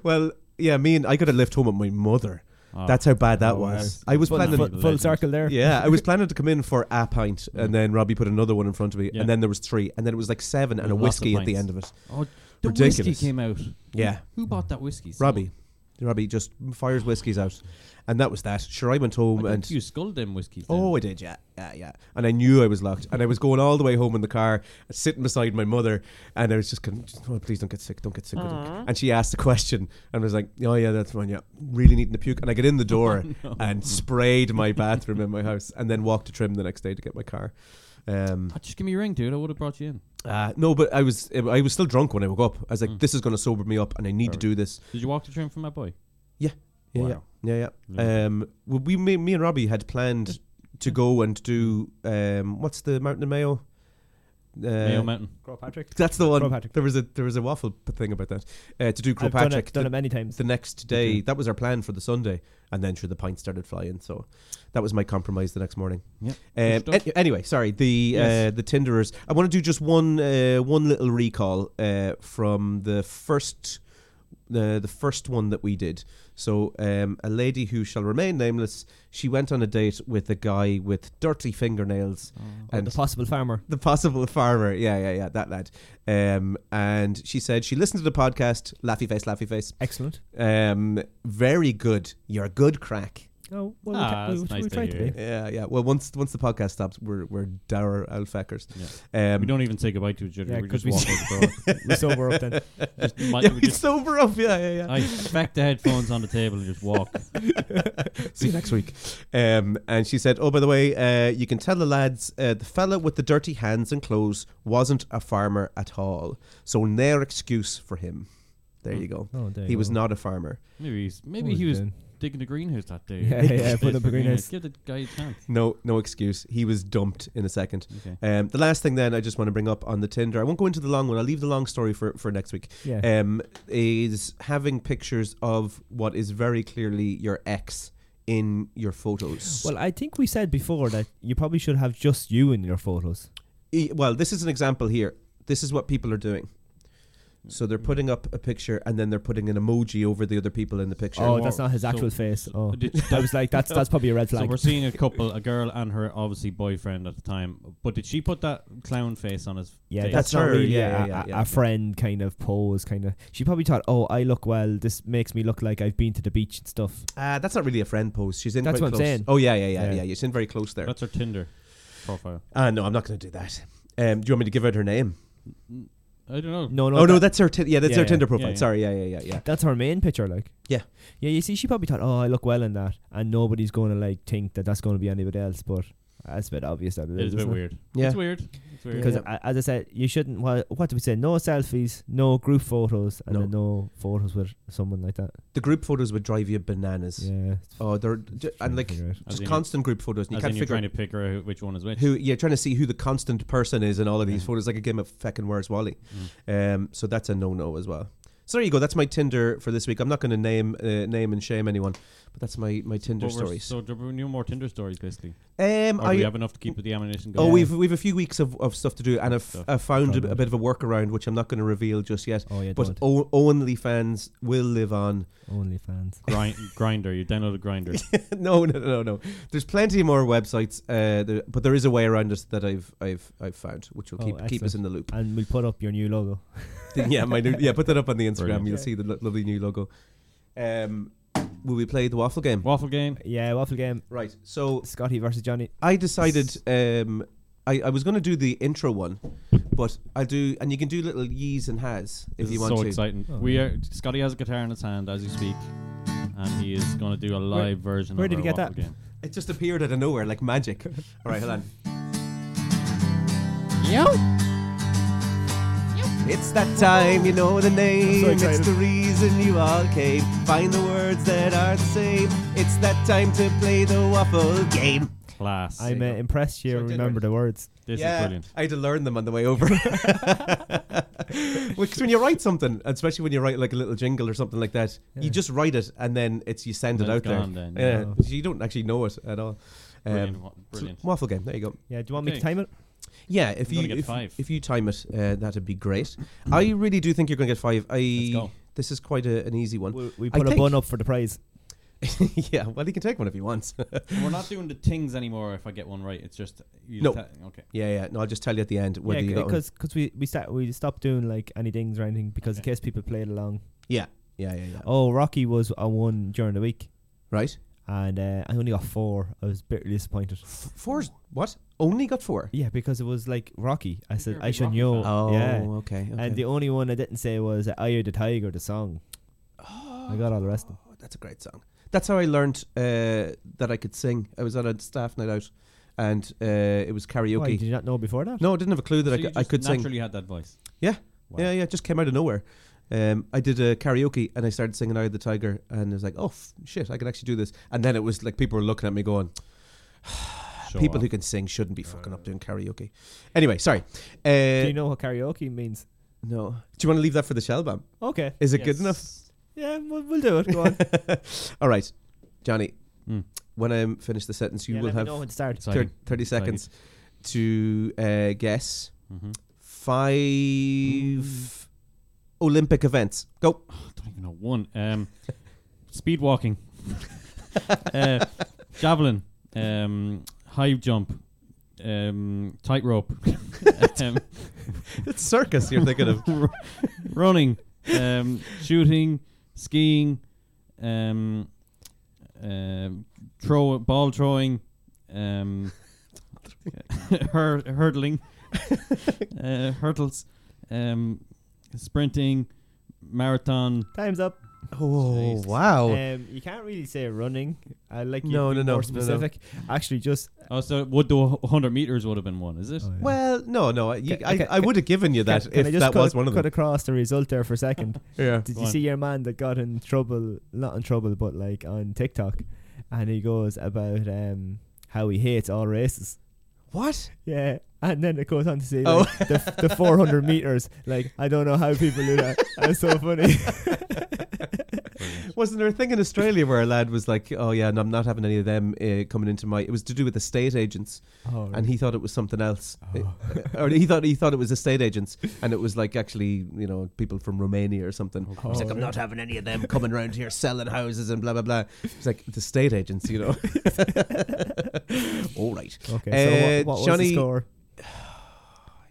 S2: well, yeah. Me and I got a lift home with my mother.
S3: Oh.
S2: That's how bad that
S3: Oh,
S2: was.
S3: that's-
S2: I was
S3: Well,
S2: planning.
S3: no,
S1: full,
S3: Legend.
S1: full circle there.
S2: Yeah, I was planning to come in for a pint, and then Robbie put another one in front of me,
S3: Mm. Yeah.
S2: and then there was three, and then it was like seven, and a
S3: With lots of
S2: whiskey at the
S3: pints.
S2: end of it.
S3: Oh, the whiskey
S2: Ridiculous.
S3: came out.
S2: Yeah.
S3: Who bought that whiskey? Someone.
S2: Robbie, Robbie just fires whiskies out, and that was that. Sure, I went
S3: I
S2: home
S3: think
S2: and
S3: you sculled them whiskeys. then.
S2: oh, I did, yeah, yeah, yeah. And I knew I was locked, and I was going all the way home in the car, sitting beside my mother, and I was just going, oh, please don't get sick, don't get sick. don't get-" And she asked the question, and I was like, oh yeah, that's fine, yeah, really needing to puke. And I get in the door and sprayed my bathroom in my house, and then walked to trim the next day to get my car. Um,
S3: Ah, just give me a ring, dude. I would have brought you in.
S2: uh, no, but I was I was still drunk when I woke up. I was like, this is going to sober me up, and I need to do this.
S3: Did you walk the train from my boy?
S2: Yeah. Yeah,
S3: Wow.
S2: yeah, yeah, yeah. Um, well, we, me, me and Robbie had planned to go and do um, what's the mountain in Mayo? Uh,
S3: Mayo Mountain.
S1: Patrick.
S2: That's the one.
S1: Crowpatrick.
S2: There was a there was a waffle p- thing about that. Uh, to do
S1: I've done
S2: Crowpatrick
S1: it, done it many times.
S2: the next day. That was our plan for the Sunday, and then sure the pint started flying. So that was my compromise the next morning.
S3: Yeah.
S2: Um,
S3: Good stuff.
S2: an- anyway, sorry the uh,
S3: Yes.
S2: the Tinderers. I want to do just one uh, one little recall uh, from the first the the first one that we did. So um, a lady who shall remain nameless. She went on a date with a guy with dirty fingernails
S1: Oh, the possible farmer.
S2: the possible farmer. Yeah, yeah, yeah. That lad. Um, and she said she listened to the podcast. Laughy face, laughy face.
S1: Excellent.
S2: Um, very good. You're a good crack.
S1: Oh, well,
S3: we Ah, ca- we-
S1: we,
S3: that's we nice to
S1: tried
S3: tried
S1: to
S3: to hear.
S1: be.
S2: Yeah, yeah. Well, once once the podcast stops, we're we're dour alfeckers. Um,
S3: We don't even say goodbye to each other.
S1: Yeah,
S3: we
S1: 'cause
S3: just
S1: we
S3: walk out the door.
S1: we sober up then.
S3: Just mi-
S2: yeah,
S3: we
S2: we
S3: just-
S2: sober up. Yeah, yeah, yeah.
S3: I smack the headphones on the table and just walk.
S2: See you next week. Um, and she said, "Oh, by the way, uh, you can tell the lads uh, the fella with the dirty hands and clothes wasn't a farmer at all. So their excuse for him. There you go.
S1: Oh, there
S2: he
S1: you
S2: was
S1: go.
S2: not a farmer.
S3: Maybe he's maybe
S1: What
S3: he
S1: was
S3: was
S1: doing?
S3: digging the greenhouse that day.
S1: Yeah,
S3: Making
S1: yeah,
S3: space
S1: putting up
S3: for
S1: a greenhouse.
S3: Give the guy a chance.
S2: No, no excuse. He was dumped in a second.
S3: Okay.
S2: Um, the last thing then I just want to bring up on the Tinder. I won't go into the long one. I'll leave the long story for, for next week.
S1: Yeah.
S2: Um, is having pictures of what is very clearly your ex in your photos.
S1: Well, I think we said before that you probably should have just you in your photos.
S2: E- well, this is an example here. This is what people are doing. So they're putting up a picture and then they're putting an emoji over the other people in the picture.
S1: Oh,
S3: Or-
S1: that's not his
S3: so-
S1: actual face. Oh,
S3: Did-
S1: I was like, that's that's probably a red
S3: So
S1: flag.
S3: we're seeing a couple, a girl and her obviously boyfriend at the time. But did she put that clown face on his?
S1: yeah,
S3: face?
S1: that's, not
S2: her,
S1: really
S2: yeah,
S1: a,
S2: yeah,
S1: a-
S2: yeah.
S1: a friend kind of pose. Kind of, she probably thought, "Oh, I look well. This makes me look like I've been to the beach and stuff."
S2: Uh, that's not really a friend pose. She's in
S1: That's
S2: quite
S1: what I'm
S2: close.
S1: saying.
S2: Oh, yeah, yeah, yeah,
S1: Yeah.
S2: yeah. You're in very close there.
S3: that's her Tinder profile.
S2: Uh, no, I'm Ah, not going to do that. Um, do you want me to give out her name?
S3: I don't know.
S1: No, no.
S2: oh no,
S1: that-
S2: that's her. Tin yeah, that's
S1: Yeah,
S2: her
S1: yeah,
S2: Tinder
S1: yeah,
S2: profile.
S3: yeah.
S2: Sorry, yeah, yeah, yeah, yeah.
S1: that's her main picture, like.
S2: Yeah.
S1: Yeah, you see, she probably thought, oh, I look well in that, and nobody's going to like think that that's going to be anybody else. But that's a bit obvious that
S3: it is a bit weird.
S2: Yeah.
S3: It's weird. It's weird.
S1: Because
S2: Yeah.
S1: as I said, you shouldn't. What, what do we say? No selfies, no group photos, and
S2: No.
S1: then no photos with someone like that.
S2: The group photos would drive you bananas.
S1: Yeah. it's
S2: Oh, they're ju-
S1: trying
S2: and
S1: to
S2: like
S1: figure out.
S3: As
S2: just
S3: in-
S2: constant group photos. And you
S3: As
S2: can't
S3: in you're
S2: figure
S3: trying
S2: out
S3: to figure out which one is which.
S2: who you're trying to see who the constant person is in all of these
S3: Yeah. Mm.
S2: photos, like a game of fucking Where's Wally. Um, so that's a no-no as well. So there you go. That's my Tinder for this week. I'm not going to name uh, name and shame anyone, but that's my my Tinder
S3: But we're-
S2: stories.
S3: So do we need more Tinder stories, basically?
S2: um,
S3: Or
S2: I-
S3: do we have enough to keep the ammunition
S2: Oh,
S3: going?
S2: we've we've a few weeks of, of stuff to do, and I've,
S3: Stuff.
S2: I've found a,
S1: Problem.
S2: a bit of a workaround, which I'm not going to reveal just yet.
S1: Oh yeah,
S2: But
S1: but
S2: o- OnlyFans will live on.
S1: only fans.
S3: Grind, grinder. You downloaded Grinder.
S2: no, no, no, no. There's plenty more websites, uh, there, but there is a way around it that I've I've I've found, which will
S1: Oh,
S2: keep keep us in the loop.
S1: And we'll put up your new logo.
S2: yeah, my new, yeah. Put that up on the Instagram.
S3: Brilliant.
S2: You'll see the lo- lovely new logo. Um, will we play the waffle game?
S3: Waffle game.
S1: Yeah, waffle game.
S2: Right. So
S1: Scotty versus Johnny.
S2: I decided um, I, I was going to do the intro one, but I do, and you can do little yees and has if you
S3: This is
S2: want
S3: so
S2: to.
S3: exciting. we are. Scotty has a guitar in his hand as you speak, and he is going to do a live version.
S1: where
S3: of
S1: did
S3: our
S1: he get that?
S3: waffle Game.
S2: It just appeared out of nowhere, like magic. All right, hold on. Yo. It's that time, you know the name. it's the reason you all came. Find the words that are the same. It's that time to play the waffle game.
S3: Class.
S1: I'm uh, impressed you
S2: So I did
S1: remember
S2: right.
S1: the words.
S3: this is
S2: yeah, Uh,
S3: brilliant.
S2: I had to learn them on the way over. Because when you write something, especially when you write like a little jingle or something like that, you just write it and then it's you send
S3: And
S2: it
S3: then
S2: out
S3: it's gone
S2: there.
S3: then,
S2: yeah,
S1: yeah.
S2: you don't actually know it at all. Um,
S3: Brilliant. wa- brilliant.
S2: Waffle game. There you go.
S1: Yeah, do you want me
S3: Okay.
S1: to time it?
S2: Yeah, if
S3: I'm gonna
S2: you
S3: get
S2: if,
S3: five.
S2: if you time it, uh, that'd be great. I really do think you're going to get five. I
S3: Let's go.
S2: this is quite a, an easy one.
S1: We, we
S2: I
S1: put a
S2: think-
S1: bun up for the prize.
S2: yeah, well, he can take one if he wants.
S3: We're not doing the things anymore. If I get one right, it's just you
S2: No.
S3: te- okay.
S2: yeah, yeah. No, I'll just tell you at the end whether you
S1: yeah,
S2: got one.
S1: because we we start we stopped doing like any dings or anything because in case people played along.
S2: Yeah, yeah, yeah, yeah.
S1: Oh, Rocky was on one during the week,
S2: Right.
S1: and uh, I only got four. I was bitterly disappointed.
S2: F- four. What? Only got four.
S1: Yeah, because it was like Rocky. I said
S3: you're a
S1: I
S3: big
S1: should
S3: Rocky
S1: know.
S3: fan.
S2: Oh,
S1: yeah.
S2: okay. okay.
S1: And the only one I didn't say was uh, "Eye of the Tiger," the song. I got all the rest of them.
S2: Oh, that's a great song. That's how I learned uh, that I could sing. I was at a staff night out, and uh, it was karaoke.
S1: Why, did you not know before that?
S2: no, I didn't have a clue that
S3: So
S2: I
S3: you
S2: c- I
S3: just
S2: could sing.
S3: naturally had that voice.
S2: Yeah.
S3: Wow.
S2: Yeah, yeah. It just came out of nowhere. Um, I did a karaoke and I started singing Eye of the Tiger and it was like, oh, f- shit, I can actually do this. And then it was like people were looking at me going,
S3: Show
S2: people
S3: off.
S2: who can sing shouldn't be fucking up doing karaoke. Anyway, sorry. Uh,
S1: Uh, Do you know what karaoke means?
S2: no. Do you want to leave that for the shell bomb?
S1: Okay.
S2: Is it good enough?
S3: Yes.
S1: Yeah, we'll, we'll do it. Go on. Hmm.
S2: All right, Johnny,
S3: Mm.
S2: when I finish the sentence, you
S1: yeah,
S2: will
S1: let me
S2: have
S1: know when to start.
S3: Sorry.
S2: thir- 30 seconds to uh, guess
S3: Mhm.
S2: five Olympic events. Go.
S3: I don't even know one. Um, speed walking, uh, javelin, um, high jump, um, tightrope, um,
S2: It's circus you're thinking of.
S3: r- running, um, shooting, skiing, um, um, throw ball throwing, um, hur- hurdling, uh, hurdles, um, sprinting, marathon.
S1: Time's up.
S2: Oh
S3: Jeez.
S2: wow!
S1: Um, you can't really say running. I like you
S2: No,
S1: to be more
S2: no, no, no, no.
S1: specific. Actually, just
S3: Oh, so would the 100 meters would have been one, is it?
S2: Oh. well, no, no. You,
S1: Ca-
S2: I,
S1: ca-
S2: I would have given you that
S1: can, can I
S2: if
S1: just
S2: that
S1: cut,
S2: was one of
S1: cut
S2: them.
S1: across the result there for a second?
S2: Yeah.
S1: Did
S3: Go
S1: you
S3: on.
S1: see your man that got in trouble? Not in trouble, but like on TikTok, and he goes about um, how he hates all races.
S2: What?
S1: Yeah, and then it goes on to say
S2: Oh.
S1: like, the, the 400 meters. Like I don't know how people do that. That's so funny.
S2: Wasn't there a thing in Australia where a lad was like, "Oh yeah, no, I'm not having any of them uh, coming into my." It was to do with estate agents,
S1: Oh,
S2: and he thought it was something else, Uh, or he thought he thought it was estate agents, and it was like actually, you know, people from Romania or something.
S1: Oh,
S2: He's like, "I'm not having any of them coming around here selling houses and blah blah blah." It's like the estate agents, you know. All right,
S1: okay,
S2: Uh,
S1: so what, what was
S2: Johnny-
S1: the score?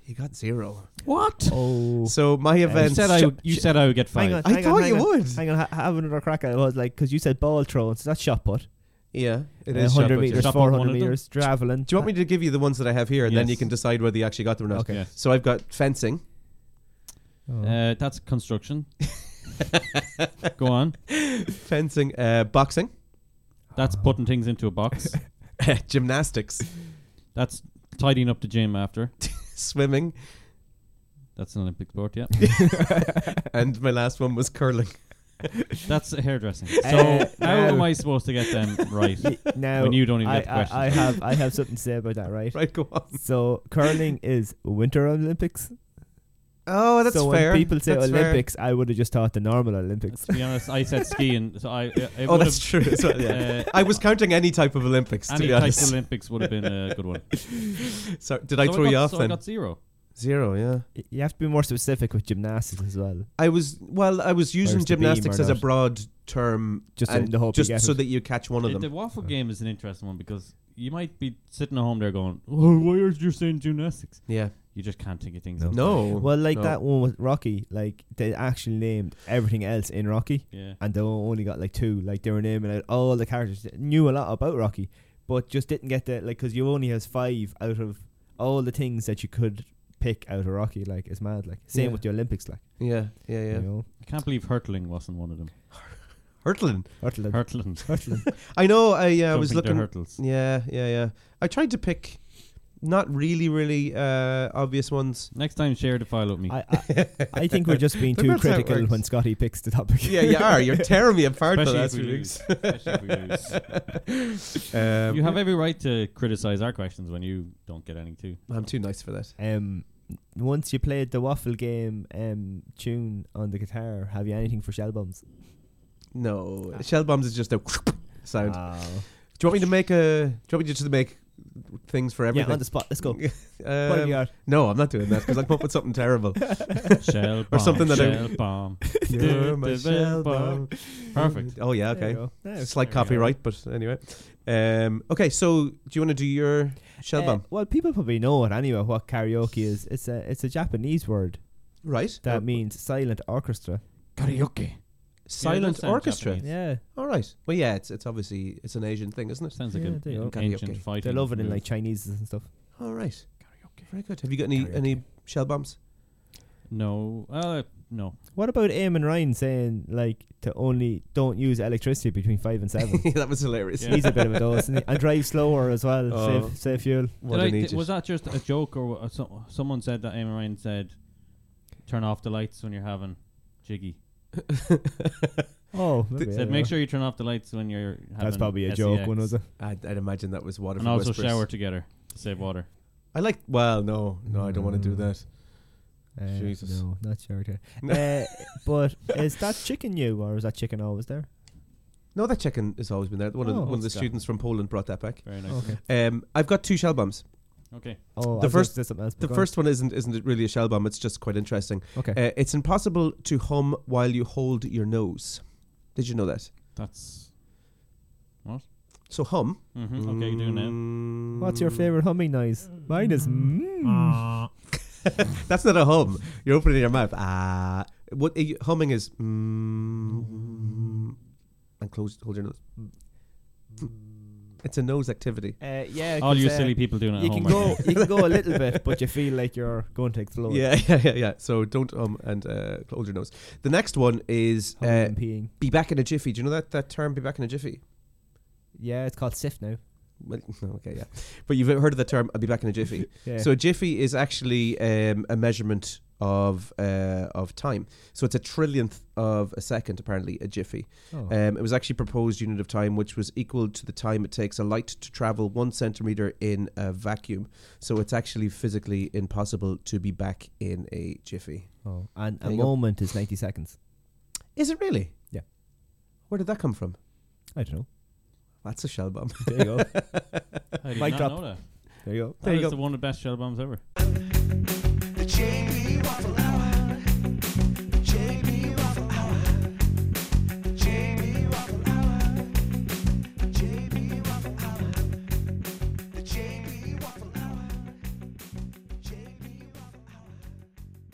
S2: you got zero.
S3: What?
S1: Oh,
S2: So my
S3: You
S2: event.
S3: said I. would- You said I would get
S1: hang
S3: five.
S1: on.
S2: I
S1: hang on,
S2: thought
S1: hang
S2: you
S1: on,
S2: would.
S1: Hang on, ha- have another crack at it. I was like, because you said ball throw, so that's shot put.
S2: Yeah, it
S1: Uh, 100
S2: is shot put, yeah.
S1: meters,
S3: Shot put
S1: 400
S3: one of them.
S1: meters, javelin.
S2: Do you want me to give you the ones that I have here, and then
S3: Yes.
S2: you can decide whether you actually got them or not?
S1: Okay.
S3: Yes.
S2: So I've got fencing.
S1: Oh.
S3: Uh, that's construction. Go on.
S2: fencing, uh, boxing,
S3: That's
S2: Uh-huh.
S3: putting things into a box.
S2: gymnastics,
S3: That's tidying up the gym after.
S2: swimming,
S3: That's an Olympic sport, yeah.
S2: and my last one was curling.
S3: That's hairdressing.
S2: Eh,
S3: So
S1: Uh,
S3: how
S1: no.
S3: am I supposed to get them right?
S1: now
S3: When you don't even
S1: I,
S3: get the questions
S1: I, I have I have something to say about that, right?
S2: Right, go on.
S1: So curling is Winter Olympics.
S2: Oh, that's
S1: so
S2: fair.
S1: when people say
S2: That's fair.
S1: Olympics, I would have just thought the normal Olympics.
S3: to be honest, I said skiing, so I. It it
S2: Oh,
S3: would
S2: that's
S3: have-
S2: true. as well, yeah.
S3: uh,
S2: I was counting any type of Olympics. to
S3: Any
S2: be
S3: type
S2: honest.
S3: of Olympics would have been a good one.
S2: Sorry, did I
S3: So
S2: throw
S3: got,
S2: you off
S3: so I
S2: then?
S3: got zero.
S2: Zero. Yeah.
S1: Y- You have to be more specific with gymnastics as well.
S2: I was well. I was using
S1: Where's the beam
S2: gymnastics
S1: or
S2: as a
S1: not?
S2: broad term,
S1: Just
S2: and
S1: in the hope you
S2: just
S1: get
S2: so
S1: it.
S2: that you catch one of
S3: The,
S2: them. Uh-huh.
S3: the waffle game is an interesting one because you might be sitting at home there going, "Oh, why are you saying gymnastics?"
S2: yeah.
S3: You just can't think of things.
S2: No.
S1: Well, like
S2: No.
S1: that one with Rocky, like they actually named everything else in Rocky,
S3: Yeah.
S1: and they only got like two. Like they were naming out all the characters, that knew a lot about Rocky, but just didn't get the like because you only has five out of all the things that you could pick out of Rocky. Like it's mad. Like same
S2: Yeah.
S1: with the Olympics, like
S2: Yeah. Yeah. Yeah.
S1: you know,
S3: I can't believe hurtling wasn't one of them.
S2: Hurtling.
S1: hurtling,
S3: Hurtling.
S1: hurtling.
S2: I know. I yeah. Uh, I
S3: Jumping
S2: was
S3: to
S2: looking.
S3: hurdles.
S2: Yeah. Yeah. Yeah. I tried to pick, not really, really uh, obvious ones.
S3: Next time, share the file with me.
S1: I, I, I think we're just being
S2: But
S1: too
S2: that's how it
S1: critical
S2: works.
S1: when Scotty picks the topic.
S2: Yeah, you are. You're tearing me apart the
S3: Especially
S2: last
S3: if
S2: few
S3: we
S2: weeks.
S3: lose. Especially if we lose.
S2: Um,
S3: You have every right to criticize our questions when you don't get any too.
S2: I'm too nice for that.
S1: Um, once you played the waffle game um tune on the guitar, have you anything for shell bombs?
S2: No,
S3: Ah.
S2: shell bombs is just a sound.
S1: Oh.
S2: do you want me to make a? Do you want me to just make things for
S1: Yeah,
S2: everything?
S1: on the spot. Let's go.
S2: Um,
S1: what have you got?
S2: No, I'm not doing that because I come up with something terrible.
S3: Shell bomb.
S2: Or something that I-
S3: shell bomb.
S2: You're my shell bomb.
S3: Perfect.
S2: Oh yeah,
S1: There you
S2: okay.
S1: go. There.
S2: It's like
S3: There we go.
S2: copyright, but anyway. Um, okay, so do you want to do your shell
S1: Uh,
S2: bomb?
S1: well, people probably know it anyway. What karaoke is? It's a it's a Japanese word
S2: Right.
S1: that
S2: Uh,
S1: means silent orchestra.
S3: Karaoke.
S2: silent
S3: sound
S2: orchestra.
S3: Japanese.
S1: Yeah,
S2: All right. Well, yeah, it's it's obviously it's an Asian thing, isn't it?
S3: Sounds like
S1: Yeah,
S3: an
S1: there you go.
S3: ancient
S2: Karaoke.
S3: fighting.
S1: they love it in
S3: move.
S1: like Chinese and stuff.
S2: All right. Very good. Have you got any any shell bombs?
S3: No. Uh, no.
S1: What about Eamon Ryan saying like to only don't use electricity between five and seven?
S2: that was hilarious.
S3: Yeah.
S1: He's a bit of a dose, isn't he? And drive slower as well.
S2: Oh.
S1: Save save fuel.
S2: What
S3: Did I-
S2: an
S3: did-
S2: Egypt.
S3: was that just a joke, or wa- uh, so, someone said that Amy Ryan said, "Turn off the lights when you're having jiggy."
S1: Oh, maybe, I
S3: Said,
S1: don't
S3: "Make
S1: know.
S3: sure you turn off the lights when you're." Having E
S1: That's probably a joke.
S3: SEX."
S1: One was it?
S2: I'd, I'd imagine that was water.
S3: And
S2: for
S3: also
S2: Whispers.
S3: shower together to save water.
S2: I like. Well, no, no, I don't want
S3: Mm.
S2: to do that.
S1: Uh,
S2: Jesus.
S1: No, not sure. okay. uh, but is that chicken new or is that chicken always there?
S2: No, that chicken has always been there. One of the,
S1: Oh,
S2: one of the
S3: it's got-
S2: students from Poland brought that back.
S3: Very nice.
S1: Okay.
S2: Um, I've got two shell bombs.
S3: Okay.
S1: Oh,
S2: The
S1: I was
S2: first-
S1: gonna say something else, but
S2: The
S1: go on.
S2: first one isn't isn't it really a shell bomb? It's just quite interesting.
S1: Okay.
S2: Uh, it's impossible to hum while you hold your nose. Did you know that?
S3: That's. What?
S2: So hum. Mm.
S3: Mm-hmm. Okay, you're doing
S1: What's your favorite humming noise? Mine is mm.
S2: That's not a hum. You're opening your mouth. Ah, what eh, humming is? Mm, and close. Hold your nose. It's a nose activity.
S1: Uh, yeah,
S3: it. All
S1: 'cause,
S3: you
S1: uh,
S3: silly people doing it at
S1: You
S3: home.
S1: can
S3: right
S1: go,
S3: now.
S1: you can go a little bit, but you feel like you're going to explode.
S2: Yeah, yeah, yeah, yeah. So don't hum and uh, hold your nose. The next one is
S1: Humming
S2: uh,
S1: and peeing.
S2: be back in a jiffy. Do you know that that term? Be back in a jiffy.
S1: Yeah, it's called SIF now.
S2: Well, no, okay, yeah. But you've heard of the term "I'll be back in a jiffy."
S1: Yeah.
S2: So a jiffy is actually um, a measurement of uh, of time. So it's a trillionth of a second, apparently, a jiffy.
S1: Oh.
S2: Um, it was actually proposed unit of time, which was equal to the time it takes a light to travel one centimeter in a vacuum. So it's actually physically impossible to be back in a jiffy.
S1: oh. And
S2: There
S1: a
S2: you go.
S1: moment is 90 seconds.
S2: Is it really?
S1: Yeah.
S2: Where did that come from?
S1: I don't know.
S2: That's a shell bomb.
S1: There you go.
S3: I did
S1: Mic
S3: not
S1: drop.
S3: know that.
S1: there you go.
S3: That is
S2: go.
S3: the one of the best shell bombs ever.
S6: Mom